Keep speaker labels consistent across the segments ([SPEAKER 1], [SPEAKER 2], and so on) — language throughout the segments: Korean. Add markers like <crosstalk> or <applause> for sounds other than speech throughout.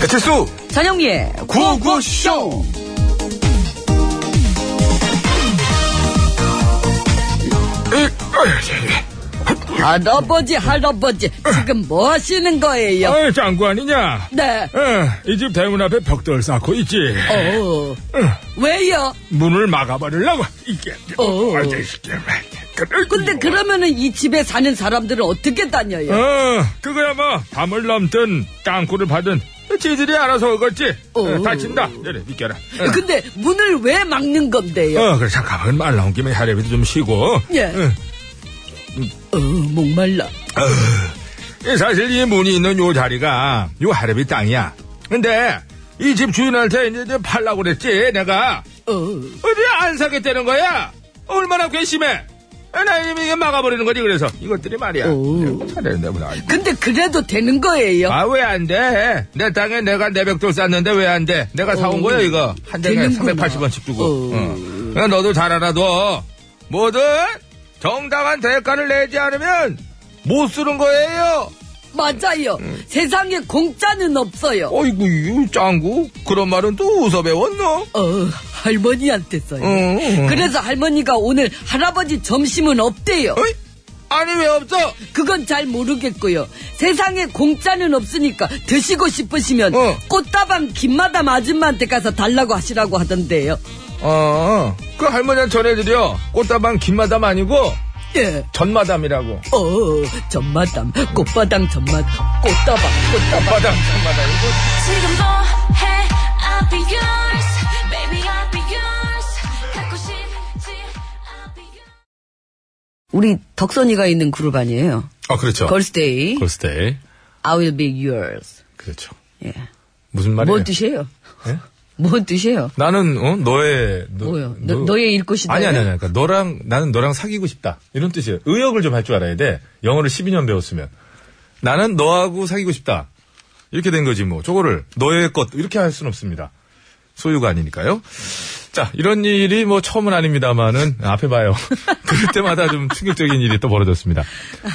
[SPEAKER 1] 배칠수
[SPEAKER 2] 전영미의
[SPEAKER 1] 구구쇼
[SPEAKER 2] 할아버지 할아버지 지금 뭐 하시는 거예요?
[SPEAKER 3] 어이, 장관이냐? 어,
[SPEAKER 2] 네.
[SPEAKER 3] 이 집 대문 앞에 벽돌 쌓고 있지.
[SPEAKER 2] 어. 왜요?
[SPEAKER 3] 문을 막아버리려고. 이게.
[SPEAKER 2] 어.
[SPEAKER 3] 어제 시켜. 그래,
[SPEAKER 2] 근데
[SPEAKER 3] 뭐.
[SPEAKER 2] 그러면은 이 집에 사는 사람들은 어떻게 다녀요?
[SPEAKER 3] 어, 그거야 뭐 담을 넘든 땅굴을 파든 지들이 알아서 오겠지.
[SPEAKER 2] 어. 그
[SPEAKER 3] 어, 다친다. 내려 비켜라. 어.
[SPEAKER 2] 근데 문을 왜 막는 건데요?
[SPEAKER 3] 어, 그래 잠깐만 말 나온 김에 할애비도 좀 쉬고.
[SPEAKER 2] 예.
[SPEAKER 3] 어,
[SPEAKER 2] 어, 목말라.
[SPEAKER 3] 어. 이 사실 이 문이 있는 요 자리가 요 할애비 땅이야. 근데 이 집 주인한테 이제 좀 팔라고 그랬지 내가.
[SPEAKER 2] 어.
[SPEAKER 3] 어디 안 사겠다는 거야? 얼마나 괘씸해? 나 이게 막아버리는 거지 그래서 이것들이 말이야.
[SPEAKER 2] 어.
[SPEAKER 3] 차라리 내문 안.
[SPEAKER 2] 근데 그래도 되는 거예요?
[SPEAKER 3] 아, 왜 안 돼? 내 땅에 내가 내 벽돌 쌌는데 왜 안 돼? 내가 사온
[SPEAKER 2] 어,
[SPEAKER 3] 거야, 이거. 한 장에
[SPEAKER 2] 되는구나.
[SPEAKER 3] 380원씩 주고.
[SPEAKER 2] 어.
[SPEAKER 3] 어. 그러니까 너도 잘 알아둬. 뭐든 정당한 대가를 내지 않으면 못 쓰는 거예요.
[SPEAKER 2] 맞아요. 세상에 공짜는 없어요.
[SPEAKER 3] 어이구, 이 짱구. 그런 말은 또 어디서 배웠노?
[SPEAKER 2] 어, 할머니한테서요.
[SPEAKER 3] 응.
[SPEAKER 2] 그래서 할머니가 오늘 할아버지 점심은 없대요.
[SPEAKER 3] 어이? 아니, 왜 없어?
[SPEAKER 2] 그건 잘 모르겠고요. 세상에 공짜는 없으니까 드시고 싶으시면
[SPEAKER 3] 어.
[SPEAKER 2] 꽃다방 김마담 아줌마한테 가서 달라고 하시라고 하던데요.
[SPEAKER 3] 어, 그 할머니한테 전해드려. 꽃다방 김마담 아니고
[SPEAKER 2] 예.
[SPEAKER 3] 전마담이라고. <laughs>
[SPEAKER 2] 어, 전마담, 꽃마당 전마담, 꽃다방, 꽃다방.
[SPEAKER 3] 마담, 전마담이고.
[SPEAKER 4] 지금도 해 I'll be yours Baby I'll be yours 갖고 싶지 I'll be yours
[SPEAKER 2] 우리 덕선이가 있는 그룹 아니에요.
[SPEAKER 1] 아 그렇죠
[SPEAKER 2] 걸스데이,
[SPEAKER 1] 걸스데이
[SPEAKER 2] I will be yours.
[SPEAKER 1] 그렇죠
[SPEAKER 2] 예.
[SPEAKER 1] 무슨 말이에요 예?
[SPEAKER 2] 뭔 뜻이에요? <laughs> 뭔 뜻이에요?
[SPEAKER 1] 나는 어 너의 너,
[SPEAKER 2] 뭐요? 너- 너의 일꽃이다?
[SPEAKER 1] 아니 아니 아니 그러니까 너랑 나는 너랑 사귀고 싶다 이런 뜻이에요 의역을 좀 할 줄 알아야 돼 영어를 12년 배웠으면 나는 너하고 사귀고 싶다 이렇게 된 거지 뭐 저거를 너의 것 이렇게 할 수는 없습니다 소유가 아니니까요 자 이런 일이 뭐 처음은 아닙니다만은 앞에 봐요 <laughs> 그럴 때마다 좀 충격적인 일이 또 벌어졌습니다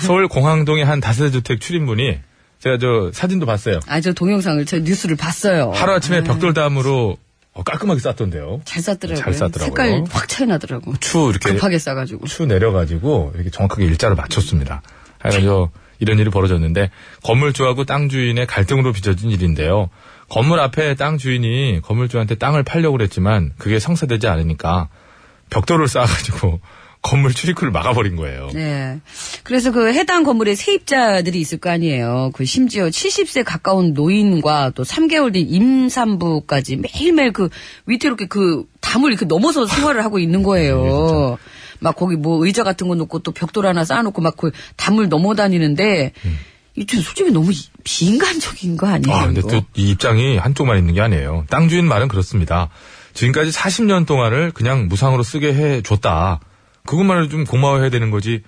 [SPEAKER 1] 서울 공항동의 한 다세대주택 출입문이 제가 저 사진도 봤어요
[SPEAKER 2] 아, 저 동영상을, 저 뉴스를 봤어요.
[SPEAKER 1] 하루아침에
[SPEAKER 2] 아,
[SPEAKER 1] 벽돌담으로 어, 깔끔하게 쌌던데요
[SPEAKER 2] 잘 쌌더라고요.
[SPEAKER 1] 잘 쌌더라고요.
[SPEAKER 2] 색깔 확 차이 나더라고.
[SPEAKER 1] 추 이렇게
[SPEAKER 2] 급하게 싸가지고.
[SPEAKER 1] 추 내려가지고 이렇게 정확하게 일자로 맞췄습니다. 그래서 이런 일이 벌어졌는데 건물주하고 땅 주인의 갈등으로 빚어진 일인데요. 건물 앞에 땅 주인이 건물주한테 땅을 팔려고 그랬지만 그게 성사되지 않으니까 벽돌을 쌓아가지고 <laughs> 건물 출입구를 막아버린 거예요.
[SPEAKER 2] 네. 그래서 그 해당 건물에 세입자들이 있을 거 아니에요. 그 심지어 70세 가까운 노인과 또 3개월 된 임산부까지 매일매일 그 위태롭게 그 담을 이렇게 넘어서 생활을 하고 있는
[SPEAKER 1] 네, 그렇죠.
[SPEAKER 2] 거예요. 막 거기 뭐 의자 같은 거 놓고 또 벽돌 하나 쌓아놓고 막 그 담을 넘어 다니는데 이좀 솔직히 너무 이- 비인간적인 거 아니에요?
[SPEAKER 1] 음. 아, 근데
[SPEAKER 2] 이거?
[SPEAKER 1] 또 이 입장이 한쪽만 있는 게 아니에요. 땅 주인 말은 그렇습니다. 지금까지 40년 동안을 그냥 무상으로 쓰게 해줬다. 그것만을 좀 고마워해야 되는 거지.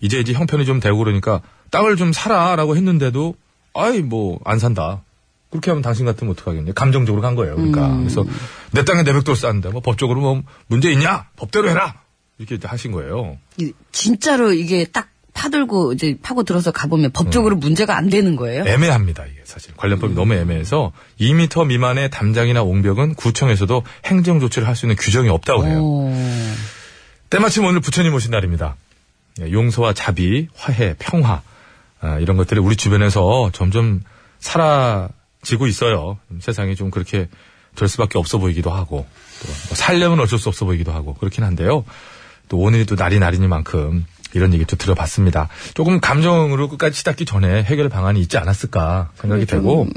[SPEAKER 1] 이제 이제 형편이 좀 되고 그러니까 땅을 좀 사라라고 했는데도 아이 뭐 안 산다. 그렇게 하면 당신 같으면 어떡하겠냐. 감정적으로 간 거예요. 그러니까
[SPEAKER 2] 음.
[SPEAKER 1] 그래서 내 땅에 내 벽돌 쌓는데 뭐 법적으로 뭐 문제 있냐? 법대로 해라. 이렇게 하신 거예요.
[SPEAKER 2] 이- 진짜로 이게 딱 파들고 이제 파고 들어서 가보면 법적으로
[SPEAKER 1] 음.
[SPEAKER 2] 문제가 안 되는 거예요?
[SPEAKER 1] 네. 애매합니다. 이게 사실 관련법이 너무 애매해서 2m 미만의 담장이나 옹벽은 구청에서도 행정 조치를 할 수 있는 규정이 없다고 해요.
[SPEAKER 2] 오.
[SPEAKER 1] 때마침 오늘 부처님 오신 날입니다. 예, 용서와 자비, 화해, 평화 아, 이런 것들이 우리 주변에서 점점 사라지고 있어요. 세상이 좀 그렇게 될 수밖에 없어 보이기도 하고 또뭐 살려면 어쩔 수 없어 보이기도 하고 그렇긴 한데요. 또 오늘이 또 날이 날이니만큼 이런 얘기 좀 들어봤습니다. 조금 감정으로 끝까지 치닫기 전에 해결 방안이 있지 않았을까 생각이
[SPEAKER 2] 그래, 좀
[SPEAKER 1] 되고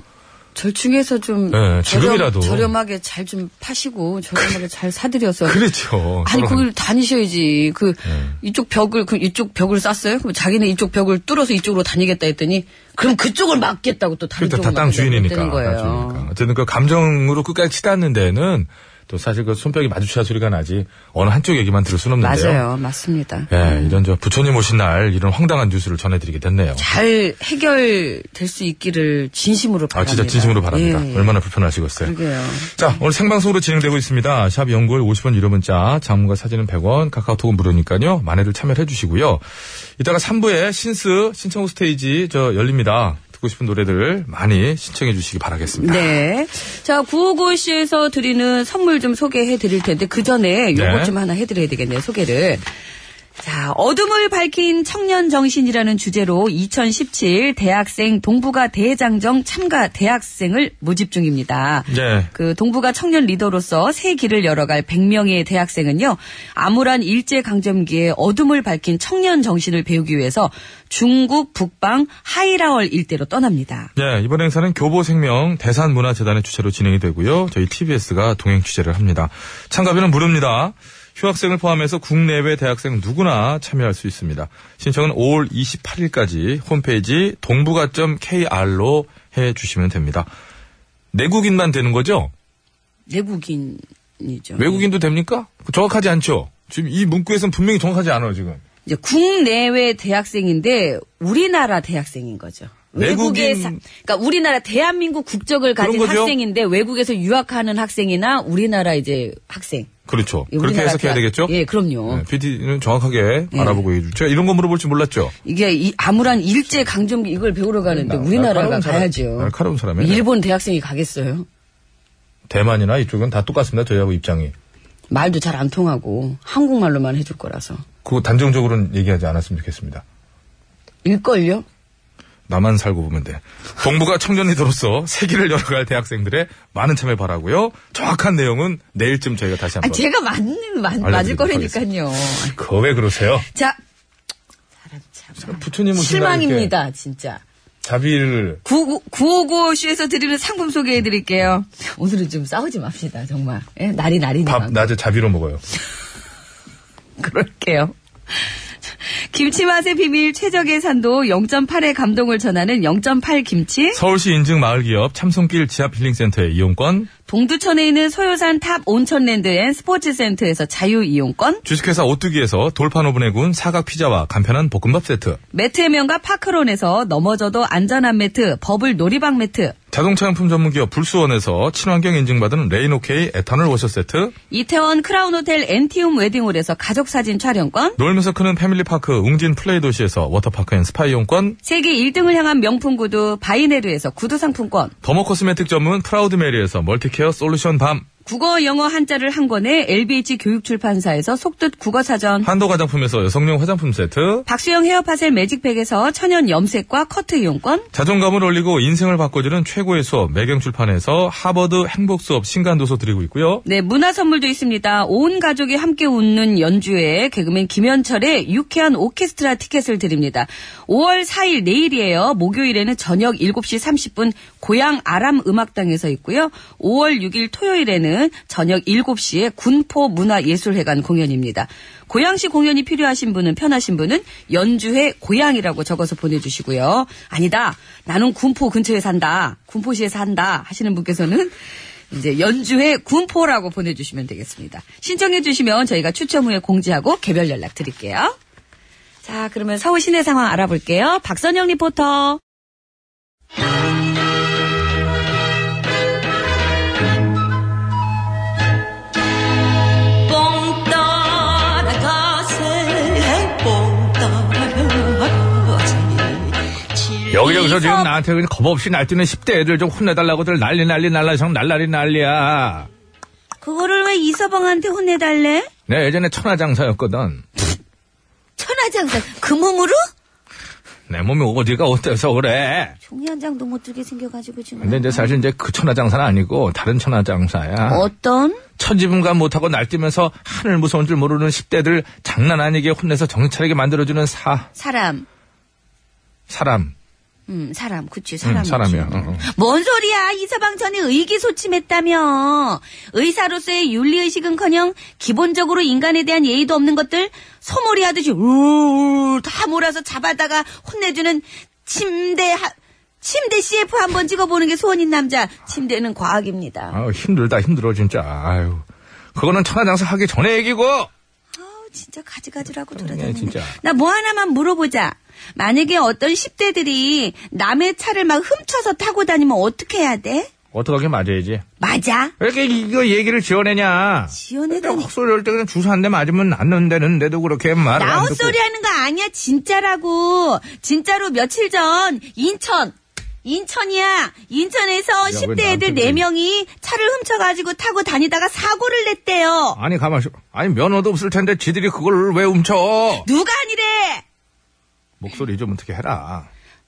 [SPEAKER 2] 절충해서 좀
[SPEAKER 1] 네, 지금이라도.
[SPEAKER 2] 저렴, 하게 잘 좀 파시고 저렴하게 잘 사드려서
[SPEAKER 1] 그렇죠.
[SPEAKER 2] 어, 아니
[SPEAKER 1] 서로
[SPEAKER 2] 거길 다니셔야지 그
[SPEAKER 1] 네.
[SPEAKER 2] 이쪽 벽을 그 이쪽 벽을 쌌어요 그럼 자기는 이쪽 벽을 뚫어서 이쪽으로 다니겠다 했더니 그럼 그쪽을 막겠다고 또 다른
[SPEAKER 1] 그렇죠. 그렇다
[SPEAKER 2] 쪽을
[SPEAKER 1] 그러니까 다 땅 주인이니까.
[SPEAKER 2] 막겠다고 되는
[SPEAKER 1] 땅
[SPEAKER 2] 거예요
[SPEAKER 1] 주인이니까. 어쨌든 그 감정으로 끝까지 치닫는 데는 또 사실 그 손뼉이 마주쳐야 소리가 나지 어느 한쪽 얘기만 들을 수는 없는데요.
[SPEAKER 2] 맞아요 맞습니다
[SPEAKER 1] 예, 이런 저 부처님 오신 날 이런 황당한 뉴스를 전해드리게 됐네요. 아,
[SPEAKER 2] 잘 해결될 수 있기를 진심으로
[SPEAKER 1] 아
[SPEAKER 2] 바랍니다
[SPEAKER 1] 진짜 진심으로 바랍니다.
[SPEAKER 2] 예, 예.
[SPEAKER 1] 얼마나 불편하시겠어요.
[SPEAKER 2] 그러게요
[SPEAKER 1] 자, 오늘 생방송으로 진행되고 있습니다. 샵 연구월 50원 유료 문자, 장문과 사진은 100원, 카카오톡은 무료니까요. 많이들 참여해 주시고요. 이따가 3부에 신스 신청 스테이지 저 열립니다. 듣고 싶은 노래들 많이 신청해 주시기 바라겠습니다.
[SPEAKER 2] 네. 자, 9595씨에서 드리는 선물 좀 소개해 드릴 텐데, 그 전에 요거
[SPEAKER 1] 네.
[SPEAKER 2] 좀 하나 해 드려야 되겠네요, 소개를. 자, 어둠을 밝힌 청년 정신이라는 주제로 2017 대학생 동북아 대장정 참가 대학생을 모집 중입니다.
[SPEAKER 1] 네.
[SPEAKER 2] 그 동북아 청년 리더로서 새 길을 열어갈 100명의 대학생은요. 암울한 일제 강점기에 어둠을 밝힌 청년 정신을 배우기 위해서 중국 북방 하이라월 일대로 떠납니다.
[SPEAKER 1] 네, 이번 행사는 교보생명 대산문화재단의 주최로 진행이 되고요. 저희 TBS가 동행 취재를 합니다. 참가비는 무료입니다. 휴학생을 포함해서 국내외 대학생 누구나 참여할 수 있습니다. 신청은 5월 28일까지 홈페이지 동북아.kr로 해 주시면 됩니다. 내국인만 되는 거죠?
[SPEAKER 2] 내국인이죠.
[SPEAKER 1] 외국인도 됩니까? 정확하지 않죠? 지금 이 문구에서는 분명히 정확하지 않아요, 지금.
[SPEAKER 2] 이제 국내외 대학생인데 우리나라 대학생인 거죠. 외국에
[SPEAKER 1] 외국인-
[SPEAKER 2] 사- 그러니까 우리나라 대한민국 국적을 가진
[SPEAKER 1] 그런 거죠?
[SPEAKER 2] 학생인데 외국에서 유학하는 학생이나 우리나라 이제 학생.
[SPEAKER 1] 그렇죠.
[SPEAKER 2] 예,
[SPEAKER 1] 그렇게
[SPEAKER 2] 우리나라
[SPEAKER 1] 해석해야
[SPEAKER 2] 대학-
[SPEAKER 1] 되겠죠? 네.
[SPEAKER 2] 예, 그럼요.
[SPEAKER 1] PD는 정확하게
[SPEAKER 2] 예.
[SPEAKER 1] 알아보고 얘기해 주죠. 제가 이런 거 물어볼 줄 몰랐죠?
[SPEAKER 2] 이게 이 암울한 일제 강점기 이걸 배우러 가는데
[SPEAKER 1] 나-
[SPEAKER 2] 우리나라가
[SPEAKER 1] 날카로운 사람-
[SPEAKER 2] 가야죠.
[SPEAKER 1] 날카로운 사람이네.
[SPEAKER 2] 일본 대학생이 가겠어요?
[SPEAKER 1] 대만이나 이쪽은 다 똑같습니다. 저희하고 입장이.
[SPEAKER 2] 말도 잘 안 통하고 한국말로만 해줄 거라서
[SPEAKER 1] 그거 단정적으로는 얘기하지 않았으면 좋겠습니다.
[SPEAKER 2] 일걸요?
[SPEAKER 1] 나만 살고 보면 돼. 동북아 청년 리더로서 세계를 열어갈 대학생들의 많은 참여 바라고요. 정확한 내용은 내일쯤 저희가 다시
[SPEAKER 2] 아,
[SPEAKER 1] 한번.
[SPEAKER 2] 제가 맞는 맞, 맞을
[SPEAKER 1] 알려드리도록
[SPEAKER 2] 거라니까요.
[SPEAKER 1] 그거 왜 그러세요?
[SPEAKER 2] 자, 사람 참
[SPEAKER 1] 부처님 오신 날뭐 이렇게
[SPEAKER 2] 실망입니다 진짜.
[SPEAKER 1] 자비를
[SPEAKER 2] 955쇼에서 드리는 상품 소개해 드릴게요. 오늘은 좀 싸우지 맙시다, 정말. 예, 날이 날이니까.
[SPEAKER 1] 밥 낮에 자비로 먹어요.
[SPEAKER 2] <laughs> 그럴게요. 김치 맛의 비밀 최적의 산도 0.8의 감동을 전하는 0.8 김치,
[SPEAKER 1] 서울시 인증 마을기업 참손길 지하필링센터의 이용권,
[SPEAKER 2] 동두천에 있는 소요산 탑 온천랜드 앤 스포츠센터에서 자유이용권,
[SPEAKER 1] 주식회사 오뚜기에서 돌판 오븐에 구운 사각 피자와 간편한 볶음밥 세트,
[SPEAKER 2] 매트의 명가 파크론에서 넘어져도 안전한 매트, 버블 놀이방 매트,
[SPEAKER 1] 자동차 용품 전문기업 불수원에서 친환경 인증받은 레인오케이 에탄올 워셔 세트,
[SPEAKER 2] 이태원 크라운 호텔 엔티움 웨딩홀에서 가족 사진 촬영권,
[SPEAKER 1] 놀면서 크는 패밀리파크 웅진 플레이 도시에서 워터파크 앤 스파 이용권,
[SPEAKER 2] 세계 1등을 향한 명품 구두 바이네르에서 구두 상품권,
[SPEAKER 1] 더모 코스메틱 전문 프라우드 메리에서 멀티케어 솔루션 밤,
[SPEAKER 2] 국어 영어 한자를 한 권에 LBH 교육출판사에서 속뜻 국어사전
[SPEAKER 1] 한도 화장품에서 여성용 화장품 세트,
[SPEAKER 2] 박수영 헤어파셀 매직팩에서 천연 염색과 커트 이용권
[SPEAKER 1] 자존감을 올리고 인생을 바꿔주는 최고의 수업 매경출판에서 하버드 행복수업 신간도서 드리고 있고요.
[SPEAKER 2] 네 문화 선물도 있습니다 온 가족이 함께 웃는 연주회 개그맨 김현철의 유쾌한 오케스트라 티켓을 드립니다 5월 4일 내일이에요 목요일에는 저녁 7시 30분 고향 아람 음악당에서 있고요 5월 6일 토요일에는 저녁 7시에 군포 문화예술회관 공연입니다 고양시 공연이 필요하신 분은 편하신 분은 연주회 고양이라고 적어서 보내주시고요. 아니다. 나는 군포 근처에 산다. 군포시에 산다. 하시는 분께서는 이제 연주회 군포라고 보내주시면 되겠습니다. 신청해주시면 저희가 추첨 후에 공지하고 개별 연락 드릴게요. 자, 그러면 서울 시내 상황 알아볼게요. 박선영 리포터.
[SPEAKER 5] 뽕 따라가세 뽕 따라가세
[SPEAKER 6] 여기저기서 지금 나한테 그냥 겁없이 날뛰는 10대 애들 좀 혼내달라고들 난리 난리 난리 정 날라리 난리야.
[SPEAKER 2] 그거를 왜 이서방한테 혼내달래?
[SPEAKER 6] 내 예전에 천하장사였거든.
[SPEAKER 2] 천하장사 그 몸으로?
[SPEAKER 6] 내 몸이 어디가 어때서 그래.
[SPEAKER 2] 종이 한 장도 못 들게 생겨가지고 지금.
[SPEAKER 6] 근데 이제 사실 이제 그 천하장사는 아니고 다른 천하장사야.
[SPEAKER 2] 어떤?
[SPEAKER 6] 천지분간 못하고 날뛰면서 하늘 무서운 줄 모르는 10대들 장난 아니게 혼내서 정차리게 만들어주는 사,
[SPEAKER 2] 사람.
[SPEAKER 6] 사람.
[SPEAKER 2] 음, 사람, 그치, 사람.
[SPEAKER 6] 응, 사람이야. 어, 응, 응.
[SPEAKER 2] 뭔 소리야! 이서방 전에 의기소침했다며! 의사로서의 윤리의식은커녕 기본적으로 인간에 대한 예의도 없는 것들 소몰이 하듯이 우르르 다 몰아서 잡아다가 혼내주는 침대 하- 침대 CF 한번 찍어보는 게 소원인 남자. 침대는 과학입니다.
[SPEAKER 6] 아유, 힘들다, 힘들어, 진짜. 아유. 그거는 천하장사 하기 전에 얘기고!
[SPEAKER 2] 아우, 진짜 가지가지라고
[SPEAKER 6] 네,
[SPEAKER 2] 돌아다니네.
[SPEAKER 6] 진짜.
[SPEAKER 2] 나 뭐 하나만 물어보자. 만약에 어떤 10대들이 남의 차를 막 훔쳐서 타고 다니면 어떻게 해야 돼?
[SPEAKER 6] 어떡하게 맞아야지.
[SPEAKER 2] 맞아.
[SPEAKER 6] 왜 이렇게 이거 얘기를 지어내냐?
[SPEAKER 2] 지어내다니.
[SPEAKER 6] 헛소리 할 때 그냥 주사 한 대 맞으면 안 는다는데도 그렇게 말을 안
[SPEAKER 2] 나온
[SPEAKER 6] 듣고.
[SPEAKER 2] 소리 하는 거 아니야, 진짜라고. 진짜로 며칠 전 인천
[SPEAKER 7] 인천이야. 인천에서
[SPEAKER 1] 왜
[SPEAKER 7] 10대
[SPEAKER 2] 네
[SPEAKER 7] 애들
[SPEAKER 1] 나한테
[SPEAKER 7] 4명이 차를 훔쳐가지고 타고 다니다가 사고를 냈대요.
[SPEAKER 1] 아니 가만있어. 아니 면허도 없을 텐데 지들이 그걸 왜 훔쳐?
[SPEAKER 7] 누가 아니래!
[SPEAKER 1] 목소리 좀 어떻게 해라.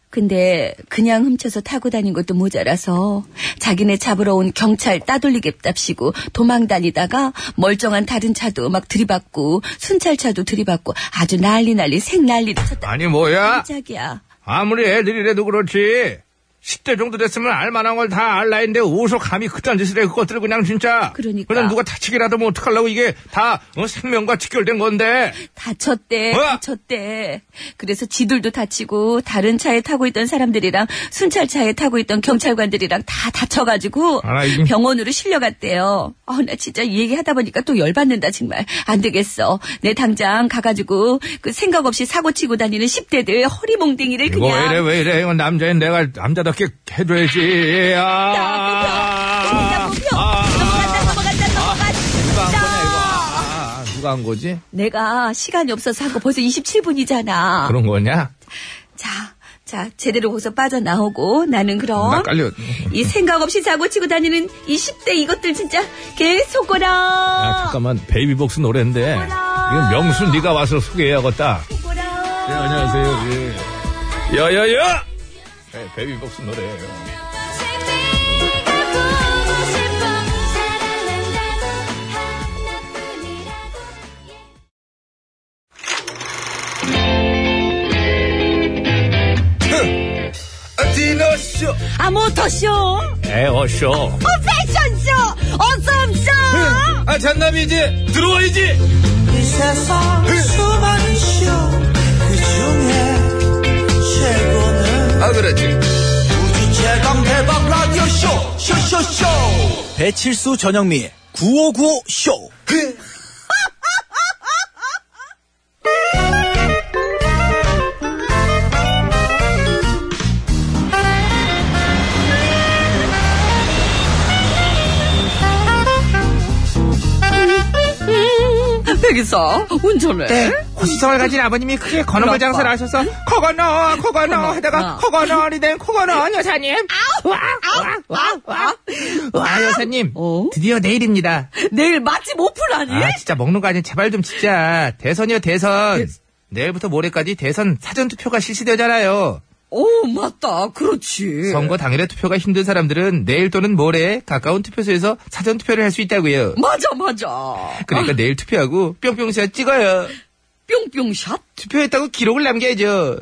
[SPEAKER 7] 근데 그냥 훔쳐서 타고 다닌 것도 모자라서 자기네 잡으러 온 경찰 따돌리겠답시고 도망 다니다가 멀쩡한 다른 차도 막 들이받고 순찰차도 들이받고 아주 난리 난리 생난리를 쳤다.
[SPEAKER 1] 아니 뭐야?
[SPEAKER 7] 깜짝이야.
[SPEAKER 1] 아무리 애들이라도 그렇지. 10대 정도 됐으면 알만한 걸 다 알 나인데 어디서 감히 그딴 짓을 해 그것들 그냥 진짜.
[SPEAKER 7] 그러니까.
[SPEAKER 1] 그냥 누가 다치기라도 뭐 어떡하려고 이게 다 어, 생명과 직결된 건데.
[SPEAKER 7] 다쳤대,
[SPEAKER 1] 뭐야?
[SPEAKER 7] 다쳤대. 그래서 지들도 다치고 다른 차에 타고 있던 사람들이랑 순찰차에 타고 있던 경찰관들이랑 다 다쳐가지고
[SPEAKER 1] 알아, 이게.
[SPEAKER 7] 병원으로 실려갔대요. 어, 나 진짜 이 얘기하다 보니까 또 열받는다 정말. 안 되겠어. 내 당장 가가지고 그 생각 없이 사고 치고 다니는 10대들 허리몽댕이를
[SPEAKER 1] 이거 왜 이래
[SPEAKER 7] 그냥
[SPEAKER 1] 왜 이래 이건 남자인 내가 남자답게 해줘야지. 아.
[SPEAKER 7] 나 뽑혀. 진짜 뽑혀. 넘어간다, 넘어간다,
[SPEAKER 1] 누가 한
[SPEAKER 7] 넘어간다.
[SPEAKER 1] 거냐, 이거. 아, 아, 누가 한 거지?
[SPEAKER 7] 내가 시간이 없어서 한 거 벌써 27분이잖아.
[SPEAKER 1] 그런 거냐?
[SPEAKER 7] 자, 자, 제대로 거기서 빠져나오고 나는 그럼
[SPEAKER 1] 나 깔려.
[SPEAKER 7] 이 생각 없이 사고 치고 다니는 이 10대 이것들 진짜 계속 오라.
[SPEAKER 1] 아, 잠깐만 베이비복스 노래인데 이건 명수 네가 와서 소개해야겠다. 네, 안녕하세요. 예. 야야야! 네, 베이비복스 노래예요.
[SPEAKER 4] 네가 보고 싶어 사랑은 단 하나뿐이라고
[SPEAKER 1] 디너쇼.
[SPEAKER 7] 아, 모터쇼,
[SPEAKER 1] 네, 에어쇼.
[SPEAKER 7] 패션쇼, 어썸쇼.
[SPEAKER 1] 아 잔남이 이제 들어와야지.
[SPEAKER 8] 이 세상 수많은 쇼그 중에 최고는
[SPEAKER 1] 아 그렇지.
[SPEAKER 8] 우주 최강 대박 라디오 쇼 쇼쇼쇼 배칠수 전영미 9595 쇼.
[SPEAKER 2] 백이사 운전해.
[SPEAKER 1] 고시성을 가진 아버님이 크게 건어물 장사를 하셔서 코건어 코건어 예. 하다가 코건어리 된 코건어 여사님. 와 여사님
[SPEAKER 2] 어?
[SPEAKER 1] 드디어 내일입니다.
[SPEAKER 2] 내일 맛집 오픈하니?
[SPEAKER 1] 아 진짜 먹는 거 아니야 제발 좀 진짜 대선이요 대선 내일부터 모레까지 대선 사전투표가 실시되잖아요
[SPEAKER 2] 오 맞다. 그렇지.
[SPEAKER 1] 선거 당일에 투표가 힘든 사람들은 내일 또는 모레 가까운 투표소에서 사전투표를 할 수 있다고요
[SPEAKER 2] 맞아 맞아.
[SPEAKER 1] 그러니까 내일 투표하고 뿅뿅샷 찍어요
[SPEAKER 2] 뿅뿅샷?
[SPEAKER 1] 투표했다고 기록을 남겨야죠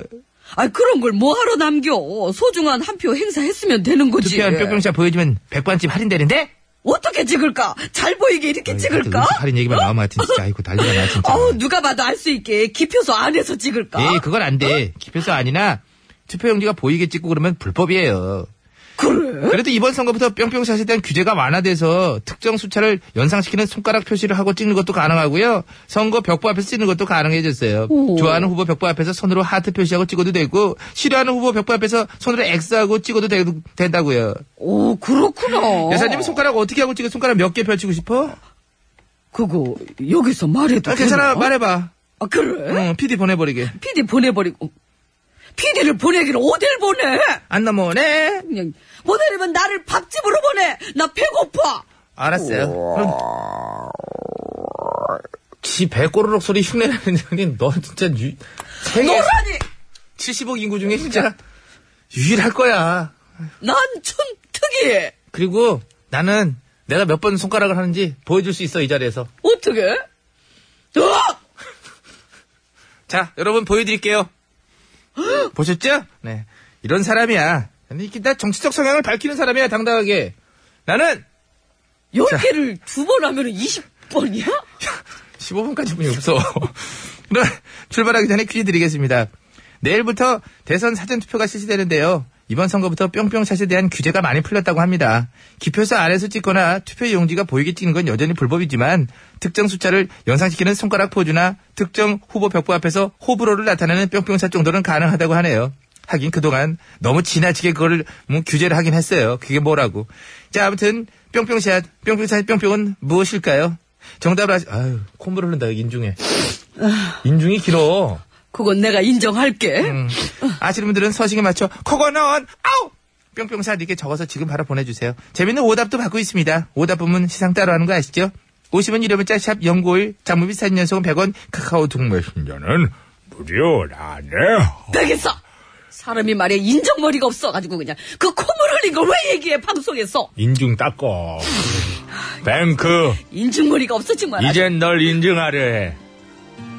[SPEAKER 2] 아 그런 걸 뭐하러 남겨? 소중한 한 표 행사했으면 되는 거지.
[SPEAKER 1] 투표한 뿅뿅샷 보여주면 백반집 할인되는데
[SPEAKER 2] 어떻게 찍을까? 잘 보이게 이렇게
[SPEAKER 1] 아,
[SPEAKER 2] 찍을까?
[SPEAKER 1] 할인 얘기만 나오면 하여튼 진짜 아이고 난리가 나 진짜
[SPEAKER 2] 어우 누가 봐도 알 수 있게 기표소 안에서 찍을까?
[SPEAKER 1] 예 그건 안돼 기표소 아니나 투표용지가 보이게 찍고 그러면 불법이에요
[SPEAKER 2] 그래.
[SPEAKER 1] 그래도 이번 선거부터 뿅뿅샷에 대한 규제가 완화돼서 특정 숫자를 연상시키는 손가락 표시를 하고 찍는 것도 가능하고요. 선거 벽보 앞에서 찍는 것도 가능해졌어요. 좋아하는 후보 벽보 앞에서 손으로 하트 표시하고 찍어도 되고 싫어하는 후보 벽보 앞에서 손으로 X하고 찍어도 되, 된다고요.
[SPEAKER 2] 오 그렇구나.
[SPEAKER 1] 여사님 손가락 어떻게 하고 찍어? 손가락 몇 개 펼치고 싶어?
[SPEAKER 2] 그거 여기서 말해도
[SPEAKER 1] 아, 괜찮아
[SPEAKER 2] 되나?
[SPEAKER 1] 말해봐. 음.
[SPEAKER 2] 아 그래?
[SPEAKER 1] 응, PD 보내버리게.
[SPEAKER 2] PD 보내버리고 PD를 보내기를 어딜 보내?
[SPEAKER 1] 안 넘어오네.
[SPEAKER 2] 그냥 보내려면 나를 밥집으로 보내. 나 배고파.
[SPEAKER 1] 알았어요. 그럼 지 배꼬르륵 소리 흉내내는 장인 너 진짜 유... 세계
[SPEAKER 2] 노라니
[SPEAKER 1] 70억 인구 중에 진짜 유일할 거야.
[SPEAKER 2] 난 좀 특이해.
[SPEAKER 1] 그리고 나는 내가 몇 번 손가락을 하는지 보여줄 수 있어, 이 자리에서.
[SPEAKER 2] 어떻게? 으악!
[SPEAKER 1] 자, 여러분 보여드릴게요. <gasps> 보셨죠? 네. 이런 사람이야. 아니, 이렇게 나 정치적 성향을 밝히는 사람이야, 당당하게. 나는
[SPEAKER 2] 10개를 두 번 하면 20번이야?
[SPEAKER 1] 15분까지 분이 없어. <laughs> 그럼 출발하기 전에 퀴즈 드리겠습니다. 내일부터 대선 사전투표가 실시되는데요. 이번 선거부터 뿅뿅샷에 대한 규제가 많이 풀렸다고 합니다. 기표소 안에서 찍거나 투표 용지가 보이게 찍는 건 여전히 불법이지만 특정 숫자를 연상시키는 손가락 포즈나 특정 후보 벽보 앞에서 호불호를 나타내는 뿅뿅샷 정도는 가능하다고 하네요. 하긴 그동안 너무 지나치게 그거를 뭐 규제를 하긴 했어요. 그게 뭐라고. 자, 아무튼 뿅뿅샷, 뿅뿅샷, 뿅뿅은 무엇일까요? 정답을 아시, 아유, 콧물 흐른다, 여기 인중에. 인중이 길어.
[SPEAKER 2] 그건 내가 인정할게.
[SPEAKER 1] 아시는 분들은 서식에 맞춰, 코거넌, 아우! 뿅뿅사 님께 적어서 지금 바로 보내주세요. 재밌는 오답도 받고 있습니다. 오답 부문 시상 따로 하는 거 아시죠? 50원 유료 문자 샵 0951, 장무 비싼 연속은 100원, 카카오 동물 신전은 무료라네요.
[SPEAKER 2] 되겠어! 사람이 말에 인정머리가 없어가지고 그냥 그 콧물 흘린 걸 왜 얘기해 방송에서
[SPEAKER 9] 인증 닦어. 뱅크,
[SPEAKER 2] 인증머리가 없어 정말 아주-
[SPEAKER 9] 이젠 널 인증하려 해.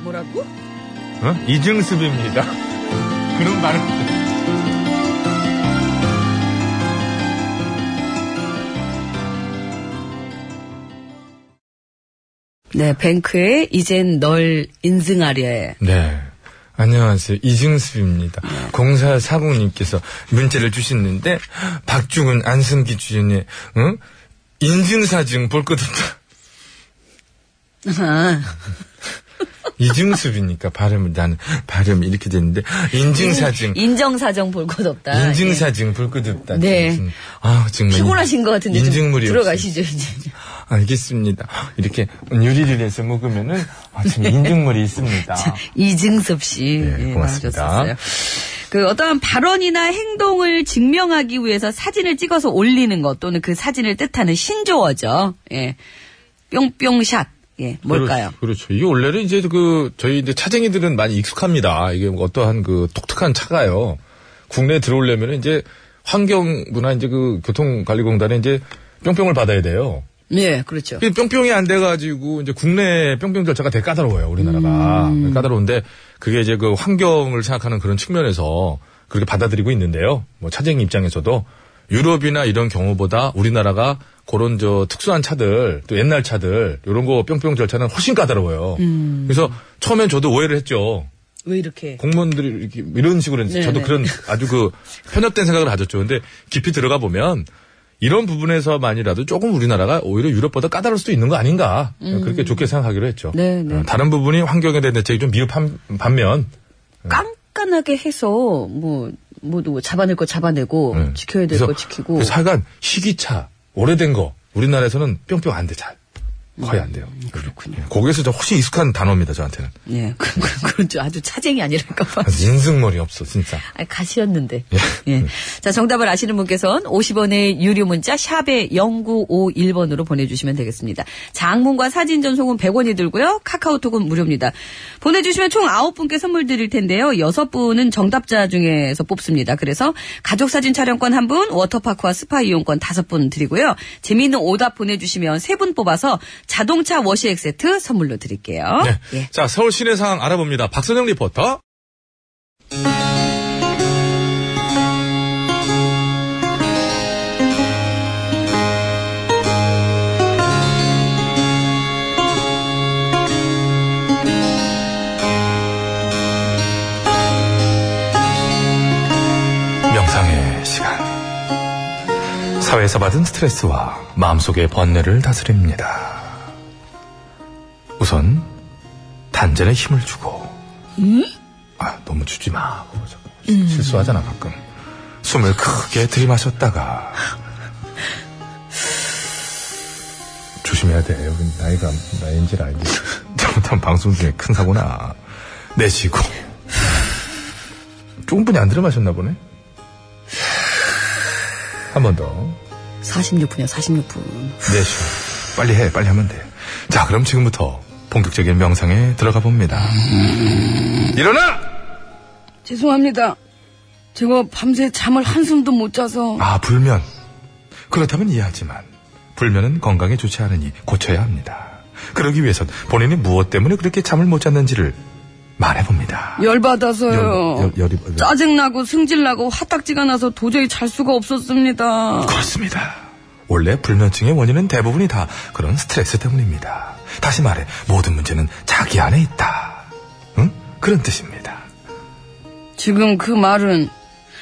[SPEAKER 2] 뭐라고?
[SPEAKER 9] 어? 이증습입니다.
[SPEAKER 1] <laughs>
[SPEAKER 9] 그런 말은.
[SPEAKER 2] 네 뱅크의 이젠 널 인증하려
[SPEAKER 9] 네. 안녕하세요. 이증습입니다. 0440님께서 문자를 주셨는데, 박중은 안승기 주연의, 응? 인증사증 볼 것 없다. 이증습이니까 발음을 나는 발음이 이렇게 됐는데 인증사증
[SPEAKER 2] 인정사정 볼 것 없다
[SPEAKER 9] 인증사증 볼것 없다.
[SPEAKER 2] 네.
[SPEAKER 9] 지금. 아 정말
[SPEAKER 2] 예. 피곤하신 것 같은데 좀
[SPEAKER 9] 인증물이
[SPEAKER 2] 들어가시죠 이제
[SPEAKER 9] 없어요. 알겠습니다. 이렇게 요리를 해서 먹으면은 아,
[SPEAKER 2] 네.
[SPEAKER 9] 참 인증물이 있습니다.
[SPEAKER 2] 이증섭 씨.
[SPEAKER 9] 네,
[SPEAKER 2] 예,
[SPEAKER 9] 고맙습니다.
[SPEAKER 2] 나와주셨었어요. 그 어떠한 발언이나 행동을 증명하기 위해서 사진을 찍어서 올리는 것 또는 그 사진을 뜻하는 신조어죠. 예. 뿅뿅샷. 예, 뭘까요?
[SPEAKER 9] 그렇죠. 그렇죠. 이게 원래는 이제 그 저희 이제 차쟁이들은 많이 익숙합니다. 이게 어떠한 그 독특한 차가요. 국내에 들어오려면 은 이제 환경부나 이제 그 교통관리공단에 이제 뿅뿅을 받아야 돼요.
[SPEAKER 2] 예, 그렇죠.
[SPEAKER 9] 그 뿅뿅이 안 돼가지고 이제 국내 뿅뿅 절차가 되게 까다로워요 우리나라가
[SPEAKER 2] 음.
[SPEAKER 9] 네, 까다로운데 그게 이제 그 환경을 생각하는 그런 측면에서 그렇게 받아들이고 있는데요. 뭐 차쟁이 입장에서도 유럽이나 이런 경우보다 우리나라가 그런 저 특수한 차들 또 옛날 차들 이런 거 뿅뿅 절차는 훨씬 까다로워요.
[SPEAKER 2] 음.
[SPEAKER 9] 그래서 처음엔 저도 오해를 했죠.
[SPEAKER 2] 왜 이렇게?
[SPEAKER 9] 공무원들이 이렇게 이런 식으로 했는데 저도
[SPEAKER 2] 네네.
[SPEAKER 9] 그런 아주 그 편협된 생각을 가졌죠. 근데 깊이 들어가 보면 이런 부분에서만이라도 조금 우리나라가 오히려 유럽보다 까다로울 수도 있는 거 아닌가 그렇게 좋게 생각하기로 했죠.
[SPEAKER 2] 음. 네네.
[SPEAKER 9] 어, 다른 부분이 환경에 대한 대책이 좀 미흡한 반면 예.
[SPEAKER 2] 깐깐하게 해서 뭐 모두 잡아낼 거 잡아내고
[SPEAKER 9] 네.
[SPEAKER 2] 어, 지켜야 될
[SPEAKER 9] 그래서-
[SPEAKER 2] 거 지키고
[SPEAKER 9] 그래서 하여간 시기차 오래된 거 우리나라에서는 뿅뿅 안 돼 잘. 거의 안 돼요.
[SPEAKER 2] 음, 그렇군요.
[SPEAKER 9] 예, 거기에서 저 훨씬 익숙한 단어입니다, 저한테는.
[SPEAKER 2] 예, <laughs> 그- 그- 그런 줄 아주 차쟁이 아니랄까 봐.
[SPEAKER 9] 인승머리 없어, 진짜.
[SPEAKER 2] 아, 가시였는데. 예. 자, 정답을 아시는 분께서는 50원의 유료 문자 샵에 0951번으로 보내주시면 되겠습니다. 장문과 사진 전송은 100원이 들고요. 카카오톡은 무료입니다. 보내주시면 총 9분께 선물 드릴 텐데요. 6분은 정답자 중에서 뽑습니다. 그래서 가족사진 촬영권 1분, 워터파크와 스파 이용권 5분 드리고요. 재미있는 오답 보내주시면 3분 뽑아서 자동차 워시액 세트 선물로 드릴게요.
[SPEAKER 9] 네.
[SPEAKER 2] 예.
[SPEAKER 9] 자, 서울 시내 상황 알아봅니다. 박선영 리포터. 명상의 시간. 사회에서 받은 스트레스와 마음속의 번뇌를 다스립니다. 우선 단전에 힘을 주고. 아, 너무 주지 마. 어, 잠깐. 실수하잖아, 가끔. 숨을 크게 들이마셨다가. <laughs> 조심해야 돼. 여기 나이가, 나이인지 알지. <laughs> 잘못하면 방송 중에 큰 사고나. 내쉬고. 조금 분이 안 들이마셨나 보네? 한 번 더.
[SPEAKER 2] 46분이요, 46분.
[SPEAKER 9] 네, 쉬어. 빨리 해, 빨리 하면 돼. 자, 그럼 지금부터 본격적인 명상에 들어가 봅니다. 일어나!
[SPEAKER 2] 죄송합니다. 제가 밤새 잠을 한숨도 못 자서.
[SPEAKER 9] 아, 불면. 그렇다면 이해하지만, 불면은 건강에 좋지 않으니 고쳐야 합니다. 그러기 위해선 본인이 무엇 때문에 그렇게 잠을 못 잤는지를 말해봅니다.
[SPEAKER 2] 열받아서요.
[SPEAKER 9] 열- 열- 열이- 열-
[SPEAKER 2] 짜증나고 승질나고 화딱지가 나서 도저히 잘 수가 없었습니다.
[SPEAKER 9] 그렇습니다. 원래 불면증의 원인은 대부분이 다 그런 스트레스 때문입니다. 다시 말해, 모든 문제는 자기 안에 있다. 응? 그런 뜻입니다.
[SPEAKER 2] 지금 그 말은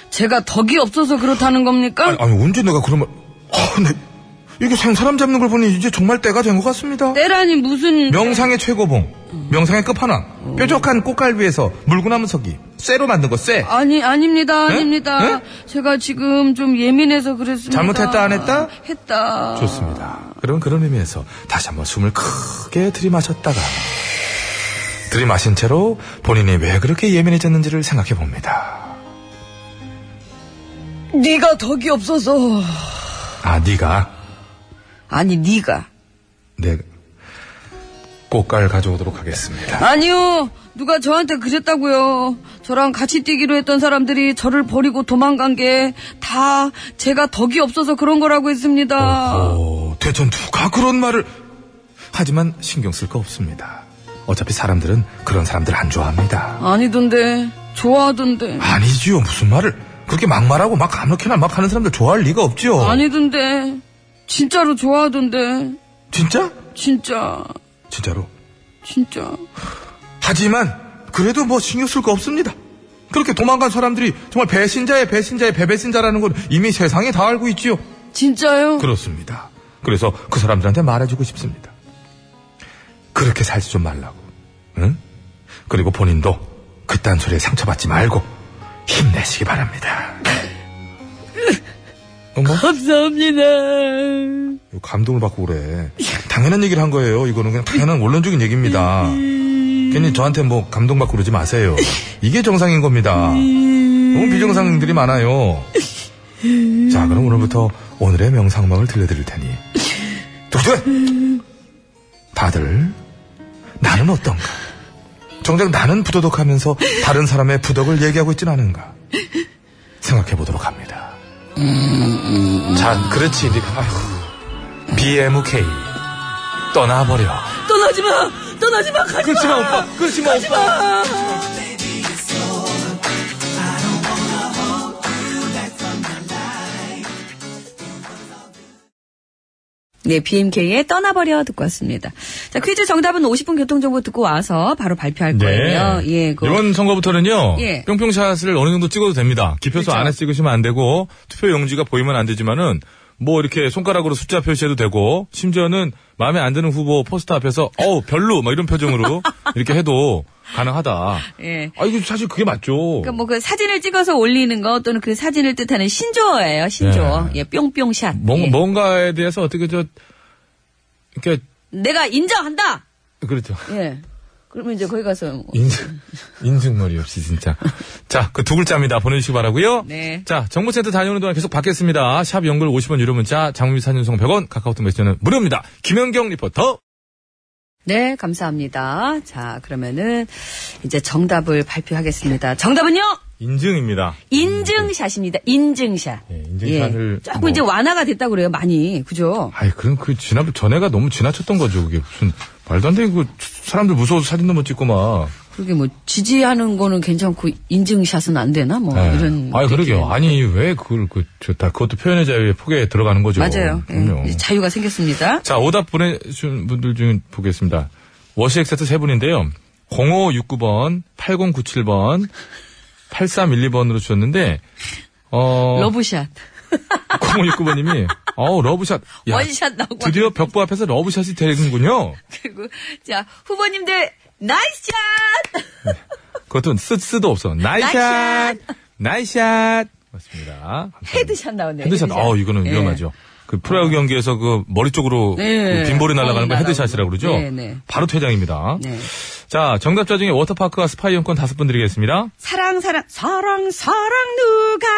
[SPEAKER 2] 제가 덕이 없어서 그렇다는 겁니까?
[SPEAKER 9] 아니, 아니, 언제 내가 그런 말, 아, 근데, 이게 생사람 잡는 걸 보니 이제 정말 때가 된 것 같습니다.
[SPEAKER 2] 때라니 무슨
[SPEAKER 9] 명상의 최고봉, 명상의
[SPEAKER 2] 음.
[SPEAKER 9] 끝판왕, 뾰족한 꽃갈비에서 물구나무 서기, 쇠로 만든 거, 쇠.
[SPEAKER 2] 아니 아닙니다
[SPEAKER 9] 에?
[SPEAKER 2] 아닙니다. 제가 지금 좀 예민해서 그랬습니다.
[SPEAKER 9] 잘못했다, 안 했다?
[SPEAKER 2] 했다.
[SPEAKER 9] 좋습니다. 그럼 그런 의미에서 다시 한번 숨을 크게 들이마셨다가, 들이마신 채로 본인이 왜 그렇게 예민해졌는지를 생각해 봅니다.
[SPEAKER 2] 네가 덕이 없어서
[SPEAKER 9] 아, 네가
[SPEAKER 2] 아니 네가
[SPEAKER 9] 내 꽃갈 가져오도록 하겠습니다.
[SPEAKER 2] 아니요 누가 저한테 그랬다고요 저랑 같이 뛰기로 했던 사람들이 저를 버리고 도망간 게 다 제가 덕이 없어서 그런 거라고 했습니다
[SPEAKER 9] 오, 어, 대전 누가 그런 말을? 하지만 신경 쓸 거 없습니다. 어차피 사람들은 그런 사람들 안 좋아합니다.
[SPEAKER 2] 아니던데 좋아하던데
[SPEAKER 9] 아니지요 무슨 말을 그렇게 막말하고 막 아무렇게나 막 하는 사람들 좋아할 리가 없지요
[SPEAKER 2] 아니던데 진짜로 좋아하던데
[SPEAKER 9] 진짜?
[SPEAKER 2] 진짜
[SPEAKER 9] 진짜로
[SPEAKER 2] 진짜
[SPEAKER 9] 하지만 그래도 뭐 신경 쓸 거 없습니다 그렇게 도망간 사람들이 정말 배신자의 배신자의 배배신자라는 건 이미 세상에 다 알고 있지요
[SPEAKER 2] 진짜요?
[SPEAKER 9] 그렇습니다 그래서 그 사람들한테 말해주고 싶습니다 그렇게 살지 좀 말라고 응? 그리고 본인도 그딴 소리에 상처받지 말고 힘내시기 바랍니다 어, 뭐?
[SPEAKER 2] 감사합니다
[SPEAKER 9] 감동을 받고 그래. 당연한 얘기를 한 거예요. 이거는 그냥 당연한 원론적인 얘기입니다. 괜히 저한테 뭐 감동받고 그러지 마세요. 이게 정상인 겁니다. 너무 비정상들이 많아요. 자, 그럼 오늘부터 오늘의 명상망을 들려드릴 테니. 도전! 다들, 나는 어떤가? 정작 나는 부도덕하면서 다른 사람의 부덕을 얘기하고 있진 않은가? 생각해 보도록 합니다. 자, 그렇지. 네가 아이고. BMK 떠나버려.
[SPEAKER 2] 떠나지마 떠나지마 가지마
[SPEAKER 9] 그렇지마 오빠. 그렇지마 오빠.
[SPEAKER 2] 네, BMK의 떠나버려 듣고 왔습니다. 자, 퀴즈 정답은 50분 교통정보 듣고 와서 바로 발표할 거예요. 예, 그
[SPEAKER 9] 네. 이번 선거부터는요.
[SPEAKER 2] 예. 그렇죠.
[SPEAKER 9] 뿅뿅샷을 어느 정도 찍어도 됩니다. 기표수 안에 찍으시면 안 되고 투표 용지가 보이면 안 되지만은 뭐 이렇게 손가락으로 숫자 표시해도 되고 심지어는 마음에 안 드는 후보 포스터 앞에서 어우 별로 막 이런 표정으로
[SPEAKER 2] <laughs>
[SPEAKER 9] 이렇게 해도 가능하다.
[SPEAKER 2] 예.
[SPEAKER 9] 아 이거 사실 그게 맞죠.
[SPEAKER 2] 그러니까 뭐그 사진을 찍어서 올리는 거 또는 그 사진을 뜻하는 신조어예요. 신조어.
[SPEAKER 9] 네.
[SPEAKER 2] 예, 뿅뿅샷.
[SPEAKER 9] 뭔,
[SPEAKER 2] 예.
[SPEAKER 9] 뭔가에 대해서 어떻게 저 이렇게
[SPEAKER 2] 예. 내가 인정한다.
[SPEAKER 9] 그렇죠.
[SPEAKER 2] 예. 그러면 이제 거기 가서 뭐
[SPEAKER 9] 인증, 인증머리 없이 진짜. 자, 그 두 글자입니다. 보내주시기 바라고요
[SPEAKER 2] 네.
[SPEAKER 9] 자, 정보센터 다녀오는 동안 계속 받겠습니다. 샵 연글 50원 유료 문자, 장미 사진송 100원, 카카오톡 메시지는 무료입니다. 김현경 리포터.
[SPEAKER 2] 네, 감사합니다. 자, 그러면은 이제 정답을 발표하겠습니다. 정답은요?
[SPEAKER 9] 인증입니다.
[SPEAKER 2] 인증샷입니다. 인증샷.
[SPEAKER 9] 예, 인증샷을
[SPEAKER 2] 조금
[SPEAKER 9] 뭐-
[SPEAKER 2] 이제 완화가 됐다고 그래요. 많이. 그죠?
[SPEAKER 9] 아이, 그럼 그 지난, 전에가 너무 지나쳤던 거죠. 그게 무슨, 말도 안 돼. 그 사람들 무서워서 사진도 못 찍고 막.
[SPEAKER 2] 그러게 뭐 지지하는 거는 괜찮고 인증샷은 안 되나 뭐
[SPEAKER 9] 예.
[SPEAKER 2] 이런
[SPEAKER 9] 아이, 그러게요.
[SPEAKER 2] 느낌이에요.
[SPEAKER 9] 아니, 왜 그걸, 그, 좋다. 그것도 표현의 자유의 폭에 들어가는 거죠.
[SPEAKER 2] 맞아요. 예,
[SPEAKER 9] 분명.
[SPEAKER 2] 이제 자유가 생겼습니다.
[SPEAKER 9] 자, 오답 보내주신 분들 중에 보겠습니다. 워시액 세트 세 분인데요. 0569번, 8097번, 8312번으로 주셨는데, 어,
[SPEAKER 2] 러브샷
[SPEAKER 9] 0569번님이, 어 러브샷. 야,
[SPEAKER 2] 원샷 나오고
[SPEAKER 9] 드디어 벽보 앞에서 러브샷이 되는군요.
[SPEAKER 2] 그리고 자 후보님들 나이스샷
[SPEAKER 9] 그것도 쓰, 쓰도 없어. 나이샷! 나이샷! 맞습니다.
[SPEAKER 2] 헤드샷 나오네요.
[SPEAKER 9] 헤드샷, 어 이거는
[SPEAKER 2] 예.
[SPEAKER 9] 위험하죠. 그 프로야구 경기에서 그 머리 쪽으로
[SPEAKER 2] 네.
[SPEAKER 9] 그 빈볼이 날아가는 거
[SPEAKER 2] 날아가고.
[SPEAKER 9] 헤드샷이라고 그러죠?
[SPEAKER 2] 네, 네.
[SPEAKER 9] 바로 퇴장입니다.
[SPEAKER 2] 네.
[SPEAKER 9] 자, 정답자 중에 워터파크와 스파이 용권 다섯 분 드리겠습니다.
[SPEAKER 2] 사랑 사랑 사랑 사랑 누가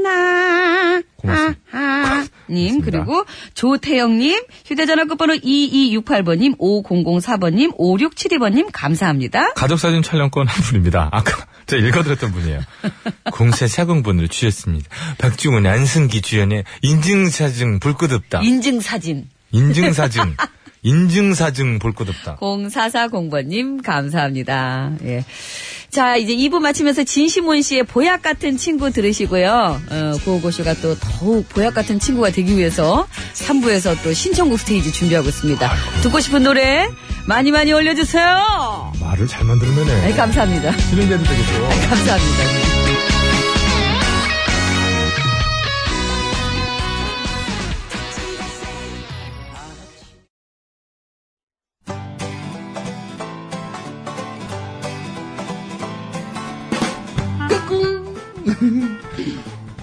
[SPEAKER 2] 말했나
[SPEAKER 9] 고맙습니다.
[SPEAKER 2] 아하. 님
[SPEAKER 9] 고맙습니다.
[SPEAKER 2] 그리고 조태영님 휴대전화 끝번호 2268번님 5004번님 5672번님 감사합니다.
[SPEAKER 9] 가족사진 촬영권 한 분입니다. 아까 <laughs> 제가 읽어드렸던 분이에요. 공세 사공분으로 주셨습니다. 박중훈, 안승기 주연의 인증사증 볼 것 없다.
[SPEAKER 2] 인증사진
[SPEAKER 9] 인증사증. <laughs> 인증사증 볼 것 없다.
[SPEAKER 2] 0440번님, 감사합니다. 예. 자, 이제 2부 마치면서 진시몬 씨의 보약 같은 친구 들으시고요. 어, 구호고쇼가 또 더욱 보약 같은 친구가 되기 위해서 3부에서 또 신청곡 스테이지 준비하고 있습니다. 듣고 싶은 노래 많이 많이 올려주세요.
[SPEAKER 9] 말을 잘 만들면
[SPEAKER 2] 네,
[SPEAKER 9] 해.
[SPEAKER 2] 감사합니다. <laughs>
[SPEAKER 9] 진행돼도 되겠죠.
[SPEAKER 2] 감사합니다.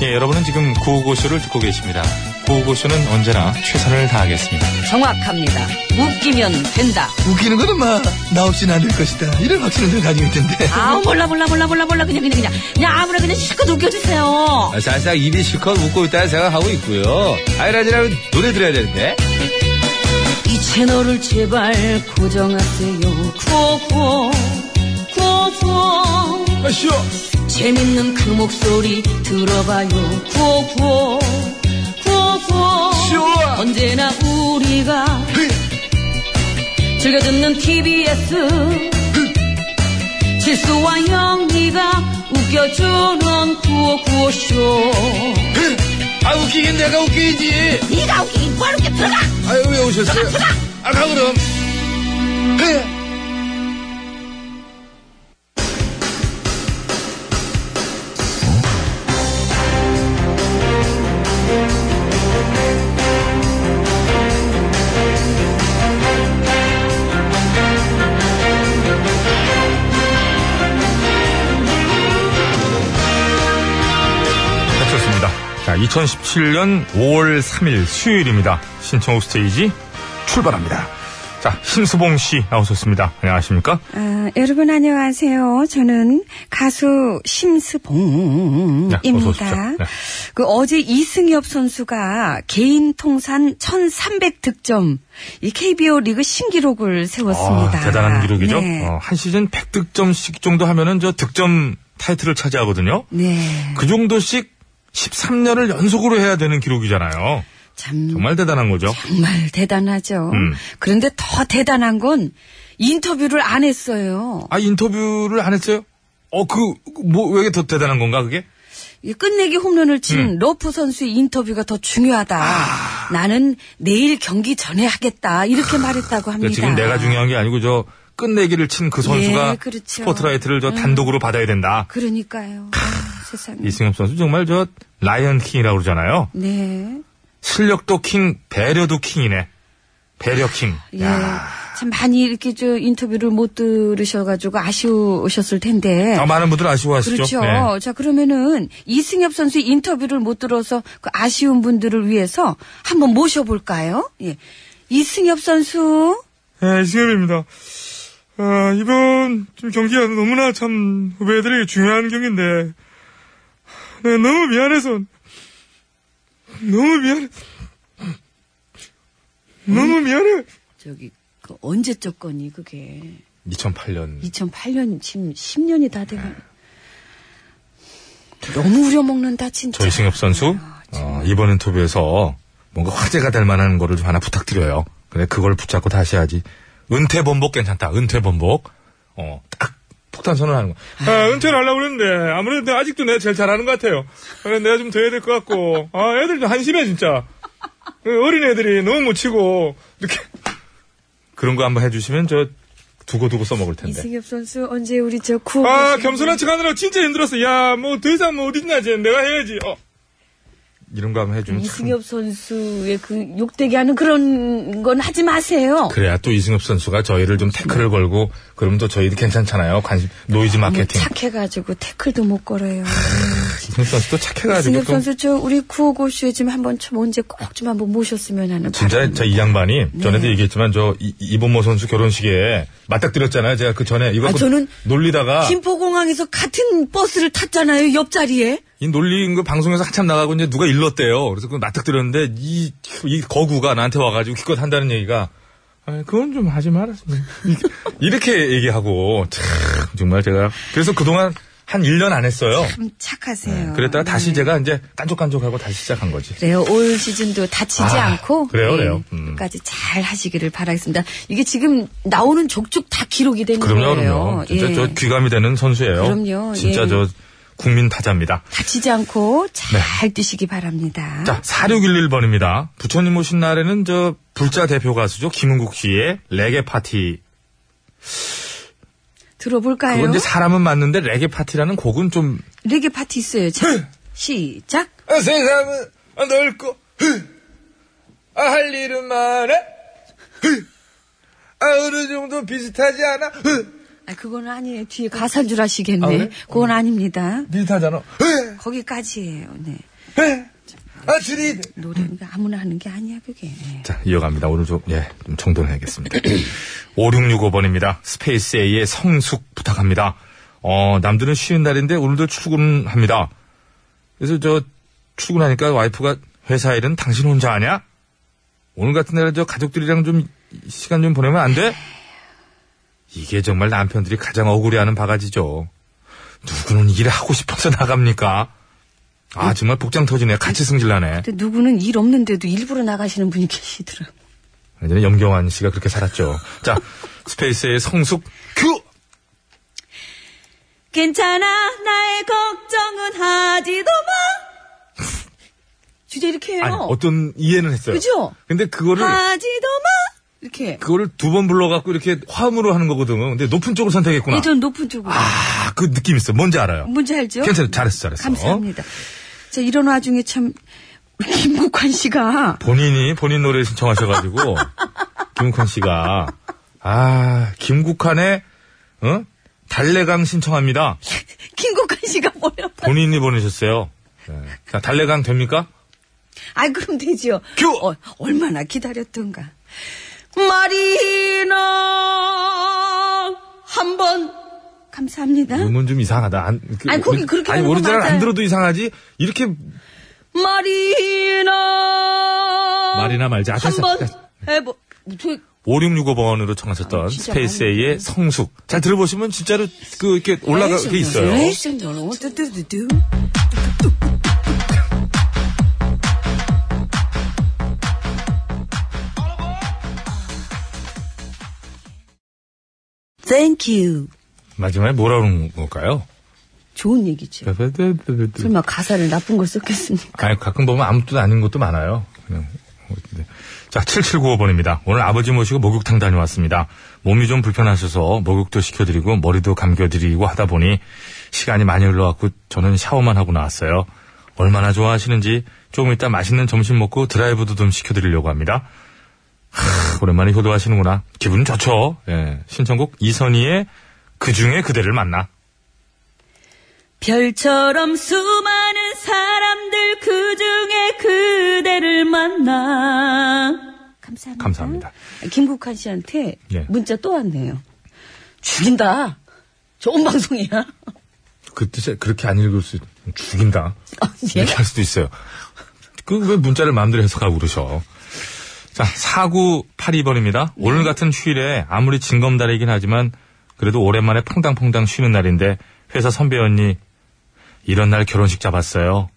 [SPEAKER 9] 예, 여러분은 지금 구호고쇼를 듣고 계십니다. 구호고쇼는 언제나 최선을 다하겠습니다.
[SPEAKER 2] 정확합니다. 웃기면 된다.
[SPEAKER 10] 웃기는 거는 막 나 없이는 안 될 것이다. 이런 확신을 늘 가지고 있던데.
[SPEAKER 2] 아 몰라 몰라 몰라 몰라 몰라 그냥 그냥 그냥 그냥 아무나 그냥 실컷 웃겨주세요.
[SPEAKER 1] 아, 사실상 입이 실컷 웃고 있다는 생각하고 있고요. 아이라지라면 노래 들어야 되는데.
[SPEAKER 2] 이 채널을 제발 고정하세요. 구호구호 구호구호
[SPEAKER 1] 아, 쉬워.
[SPEAKER 2] 재밌는 그 목소리 들어봐요. 구호구호 구호구호
[SPEAKER 1] 쉬워.
[SPEAKER 2] 언제나 우리가
[SPEAKER 1] 네.
[SPEAKER 2] 즐겨 듣는
[SPEAKER 1] 네.
[SPEAKER 2] TBS 실수와 영리가 웃겨주는 구호구호쇼.
[SPEAKER 1] 아, 웃기긴 내가 웃기지.
[SPEAKER 2] 네가 웃기긴 뭘 웃겨 들어가
[SPEAKER 1] 아유, 왜 오셨어요? 아, 가, 그럼.
[SPEAKER 9] 네, 좋습니다. 자, 2017년 5월 3일 수요일입니다. 신청곡 스테이지 출발합니다. 자, 심수봉 씨 나오셨습니다. 안녕하십니까?
[SPEAKER 7] 아, 여러분 안녕하세요. 저는 가수 심스봉입니다.
[SPEAKER 9] 네, 어서 오십시오. 네.
[SPEAKER 7] 그 어제 이승엽 선수가 개인 통산 1,300 득점 이 KBO 리그 신기록을 세웠습니다.
[SPEAKER 9] 아, 대단한 기록이죠?
[SPEAKER 7] 네.
[SPEAKER 9] 어, 한 시즌 100득점씩 정도 하면은 저 득점 타이틀을 차지하거든요.
[SPEAKER 7] 네.
[SPEAKER 9] 그 정도씩 13년을 연속으로 해야 되는 기록이잖아요.
[SPEAKER 7] 참
[SPEAKER 9] 정말 대단한 거죠.
[SPEAKER 7] 정말 대단하죠.
[SPEAKER 9] 음.
[SPEAKER 7] 그런데 더 대단한 건 인터뷰를 안 했어요.
[SPEAKER 9] 아, 인터뷰를 안 했어요? 어, 그, 뭐, 왜 더 대단한 건가, 그게?
[SPEAKER 7] 이 끝내기 홈런을 친
[SPEAKER 9] 음.
[SPEAKER 7] 러프 선수의 인터뷰가 더 중요하다.
[SPEAKER 9] 아.
[SPEAKER 7] 나는 내일 경기 전에 하겠다. 이렇게 말했다고 합니다.
[SPEAKER 9] 그러니까 지금 내가 중요한 게 아니고 저 끝내기를 친 그 선수가
[SPEAKER 7] 예, 그렇죠.
[SPEAKER 9] 스포트라이트를 저 단독으로 받아야 된다.
[SPEAKER 7] 그러니까요. 아, 세상에.
[SPEAKER 9] 이승엽 선수 정말 저 라이언 킹이라고 그러잖아요.
[SPEAKER 7] 네.
[SPEAKER 9] 실력도 킹, 배려도 킹이네. 배려 킹.
[SPEAKER 7] 예. 참 많이 이렇게 저 인터뷰를 못 들으셔가지고 아쉬우셨을 텐데.
[SPEAKER 9] 아, 많은 분들 아쉬워하시죠?
[SPEAKER 7] 그렇죠.
[SPEAKER 9] 네.
[SPEAKER 7] 자, 그러면은 이승엽 선수의 인터뷰를 못 들어서 그 아쉬운 분들을 위해서 한번 모셔볼까요? 예. 이승엽 선수.
[SPEAKER 9] 네, 이승엽입니다. 아, 이번 지금 경기가 너무나 참 후배들에게 중요한 경기인데, 네, 너무 미안해서, 너무 미안해. 너무 미안해.
[SPEAKER 7] 음? 저기, 그 언제적 거니, 그게.
[SPEAKER 9] 2008년.
[SPEAKER 7] 2008년 지금 10년이 다 돼가. 너무 우려먹는다 진짜. 아,
[SPEAKER 9] 조이승엽 선수, 어, 이번 인터뷰에서 뭔가 화제가 될 만한 거를 좀 하나 부탁드려요. 근데 그걸 붙잡고 다시 하지. 은퇴범복 괜찮다, 은퇴범복. 어, 딱 폭탄 선언하는 거. 아, 은퇴를 하려고 그랬는데, 아무래도 내가 아직도 내가 제일 잘하는 것 같아요. 그래, 내가 좀 더 해야 될 것 같고, 아, 애들 좀 한심해, 진짜. 그 어린 애들이 너무 못 치고, 이렇게. 그런 거 한번 해주시면 저 두고두고 써먹을 텐데.
[SPEAKER 7] 이승엽 선수 언제 우리 저 구.
[SPEAKER 9] 아, 겸손한
[SPEAKER 7] 네.
[SPEAKER 9] 척 하느라 진짜 힘들었어. 야, 뭐 더 이상 뭐 어딨나, 쟤. 내가 해야지. 어. 이런 거 하면 해주면 참.
[SPEAKER 7] 이승엽 선수의 그 욕되게 하는 그런 건 하지 마세요.
[SPEAKER 9] 그래야 또 이승엽 선수가 저희를 좀 태클을 걸고 그러면 또 저희도 괜찮잖아요. 관심 노이즈
[SPEAKER 7] 너무
[SPEAKER 9] 마케팅.
[SPEAKER 7] 뭐
[SPEAKER 9] 아,
[SPEAKER 7] 착해가지고 태클도 못 걸어요.
[SPEAKER 9] 이승엽 선수도 착해가지고
[SPEAKER 7] 이승엽
[SPEAKER 9] 또
[SPEAKER 7] 선수 저 우리 구호고쇼에 지금 한번 좀 언제 꼭 좀 한번 모셨으면 하는.
[SPEAKER 9] 진짜
[SPEAKER 7] 바람.
[SPEAKER 9] 저 이 양반이 전에도
[SPEAKER 7] 네.
[SPEAKER 9] 얘기했지만 저 이- 이범모 선수 결혼식에 맞닥뜨렸잖아요. 제가 그 전에 이거
[SPEAKER 7] 아,
[SPEAKER 9] 그
[SPEAKER 7] 저는
[SPEAKER 9] 놀리다가
[SPEAKER 7] 김포공항에서 같은 버스를 탔잖아요 옆자리에.
[SPEAKER 9] 이 놀린 거 방송에서 한참 나가고 이제 누가 일렀대요. 그래서 그 맞닥뜨렸는데 이, 이 거구가 나한테 와가지고 기껏 한다는 얘기가 아, 그건 좀 <laughs> 하지 말았으면 이렇게 얘기하고 참 정말 제가 그래서 그동안 한 1년 안 했어요.
[SPEAKER 2] 참 착하세요.
[SPEAKER 9] 그랬다가 다시
[SPEAKER 2] 네.
[SPEAKER 9] 제가 이제 깐족깐족하고 다시 시작한 거지.
[SPEAKER 2] 그래요. 올 시즌도 다치지
[SPEAKER 9] 아,
[SPEAKER 2] 않고 네,
[SPEAKER 9] 그래요, 그래요. 음.
[SPEAKER 2] 끝까지 잘 하시기를 바라겠습니다. 이게 지금 나오는 족족 다 기록이 된 거예요.
[SPEAKER 9] 그럼요, 그럼요. 진짜
[SPEAKER 2] 예.
[SPEAKER 9] 저 귀감이 되는 선수예요.
[SPEAKER 2] 그럼요,
[SPEAKER 9] 진짜
[SPEAKER 2] 예.
[SPEAKER 9] 저 국민 타자입니다.
[SPEAKER 2] 다치지 않고 잘 뛰시기 바랍니다.
[SPEAKER 9] 네. 자, 4611번입니다. 부처님 오신 날에는 저 불자 대표 가수죠. 김은국 씨의 레게 파티.
[SPEAKER 2] 들어볼까요?
[SPEAKER 9] 그건 이제 사람은 맞는데 레게 파티라는 곡은 좀
[SPEAKER 2] 레게 파티 있어요. 자, 시작.
[SPEAKER 9] 아, 세상은 넓고 아, 할 일은 많아. 어느 정도 비슷하지 않아.
[SPEAKER 2] 아, 그건 아니에요. 뒤에 가사인 줄 아시겠네.
[SPEAKER 9] 음.
[SPEAKER 2] 그건 아닙니다.
[SPEAKER 9] 비슷하잖아.
[SPEAKER 2] 거기까지예요. 네.
[SPEAKER 9] 아, 줄이.
[SPEAKER 2] 노래 아무나 하는 게 아니야 그게. 네.
[SPEAKER 9] 자, 이어갑니다. 오늘 좀, 예, 좀 정돈해야겠습니다. <clears throat> 5665번입니다. 스페이스 A의 성숙 부탁합니다. 어, 남들은 쉬는 날인데 오늘도 출근합니다. 그래서 저, 출근하니까 와이프가 회사 일은 당신 혼자 하냐? 오늘 같은 날은 저 가족들이랑 좀 시간 좀 보내면 안 돼? 이게 정말 남편들이 가장 억울해하는 바가지죠. 누구는 일을 하고 싶어서 나갑니까? 아, 정말 복장 터지네. 같이 승질나네.
[SPEAKER 2] 근데 누구는 일 없는데도 일부러 나가시는 분이 <laughs> 계시더라고.
[SPEAKER 9] 예전에 염경환 씨가 그렇게 살았죠. 자, 스페이스의 성숙 큐!
[SPEAKER 2] 괜찮아 나의 걱정은 하지도 마. 주제 이렇게 해요.
[SPEAKER 9] 아니, 어떤 이해는 했어요.
[SPEAKER 2] 네. 그죠? 아.
[SPEAKER 9] 근데 그거를,
[SPEAKER 2] 하지도 마. 이렇게.
[SPEAKER 9] 그거를 두 번 불러갖고 이렇게 화음으로 하는 거거든요. 근데 높은 쪽을 선택했구나.
[SPEAKER 2] 예전 높은 쪽으로.
[SPEAKER 9] 아, 그 느낌 있어. 뭔지 알아요.
[SPEAKER 2] 뭔지 알죠?
[SPEAKER 9] 괜찮아. 잘했어, 잘했어.
[SPEAKER 2] 감사합니다. 자 이런 와중에 참 우리 김국환 씨가
[SPEAKER 9] 본인이 본인
[SPEAKER 2] <laughs>
[SPEAKER 9] 노래 신청하셔가지고, 김국환 씨가, 아, 김국환의, 어? 달래강 신청합니다.
[SPEAKER 2] 김국환 씨가 뭐요?
[SPEAKER 9] 본인이 보내셨어요. 네. 자, 달래강 됩니까?
[SPEAKER 2] 아 그럼 되지요.
[SPEAKER 9] 큐!
[SPEAKER 2] 어, 얼마나 기다렸던가. 마리나 한 번 감사합니다.
[SPEAKER 9] 음은 좀 이상하다. 안, 그,
[SPEAKER 2] 아니, 거기
[SPEAKER 9] 우리-
[SPEAKER 2] 그렇게
[SPEAKER 9] 아니,
[SPEAKER 2] 하는 거
[SPEAKER 9] 오리지널 안
[SPEAKER 2] 맞아요. 어,
[SPEAKER 9] 들어도 이상하지? 이렇게
[SPEAKER 2] 마리나
[SPEAKER 9] 말이나 말자. 아, 됐어.
[SPEAKER 2] 한번
[SPEAKER 9] 됐어.
[SPEAKER 2] 해보. 저
[SPEAKER 9] 5665번으로 청하셨던 스페이스 A의 성숙. 잘 들어보시면 진짜로 그, 이렇게 올라가,
[SPEAKER 2] 네,
[SPEAKER 9] 게 있어요.
[SPEAKER 2] 레이션 전원 뚜뚜뚜뚜. Thank you.
[SPEAKER 9] 마지막에 뭐라고 하는 걸까요?
[SPEAKER 2] 좋은 얘기죠. 설마 가사를 나쁜 걸 썼겠습니까?
[SPEAKER 9] 아니, 가끔 보면 아무 뜻 아닌 것도 많아요. 그냥. 네. 자, 7795번입니다. 오늘 아버지 모시고 목욕탕 다녀왔습니다. 몸이 좀 불편하셔서 목욕도 시켜드리고 머리도 감겨드리고 하다 보니 시간이 많이 흘러왔고 저는 샤워만 하고 나왔어요. 얼마나 좋아하시는지 조금 이따 맛있는 점심 먹고 드라이브도 좀 시켜드리려고 합니다. 하, 오랜만에 효도하시는구나. 기분 좋죠. 예. 신청곡 이선희의 그 중에 그대를 만나.
[SPEAKER 11] 별처럼 수많은 사람들 그 중에 그대를 만나.
[SPEAKER 2] 감사합니다.
[SPEAKER 9] 감사합니다.
[SPEAKER 2] 김국환 씨한테
[SPEAKER 9] 예.
[SPEAKER 2] 문자 또 왔네요. 죽인다. 좋은 방송이야. <laughs>
[SPEAKER 9] 그 뜻에 그렇게 안 읽을 수 죽인다.
[SPEAKER 2] 아, 예?
[SPEAKER 9] 이렇게 할 수도 있어요. 그 왜 문자를 마음대로 해석하고 그러셔. 자, 4982번입니다. 오늘 같은 휴일에 아무리 징검다리이긴 하지만 그래도 오랜만에 퐁당퐁당 쉬는 날인데 회사 선배 언니 이런 날 결혼식 잡았어요.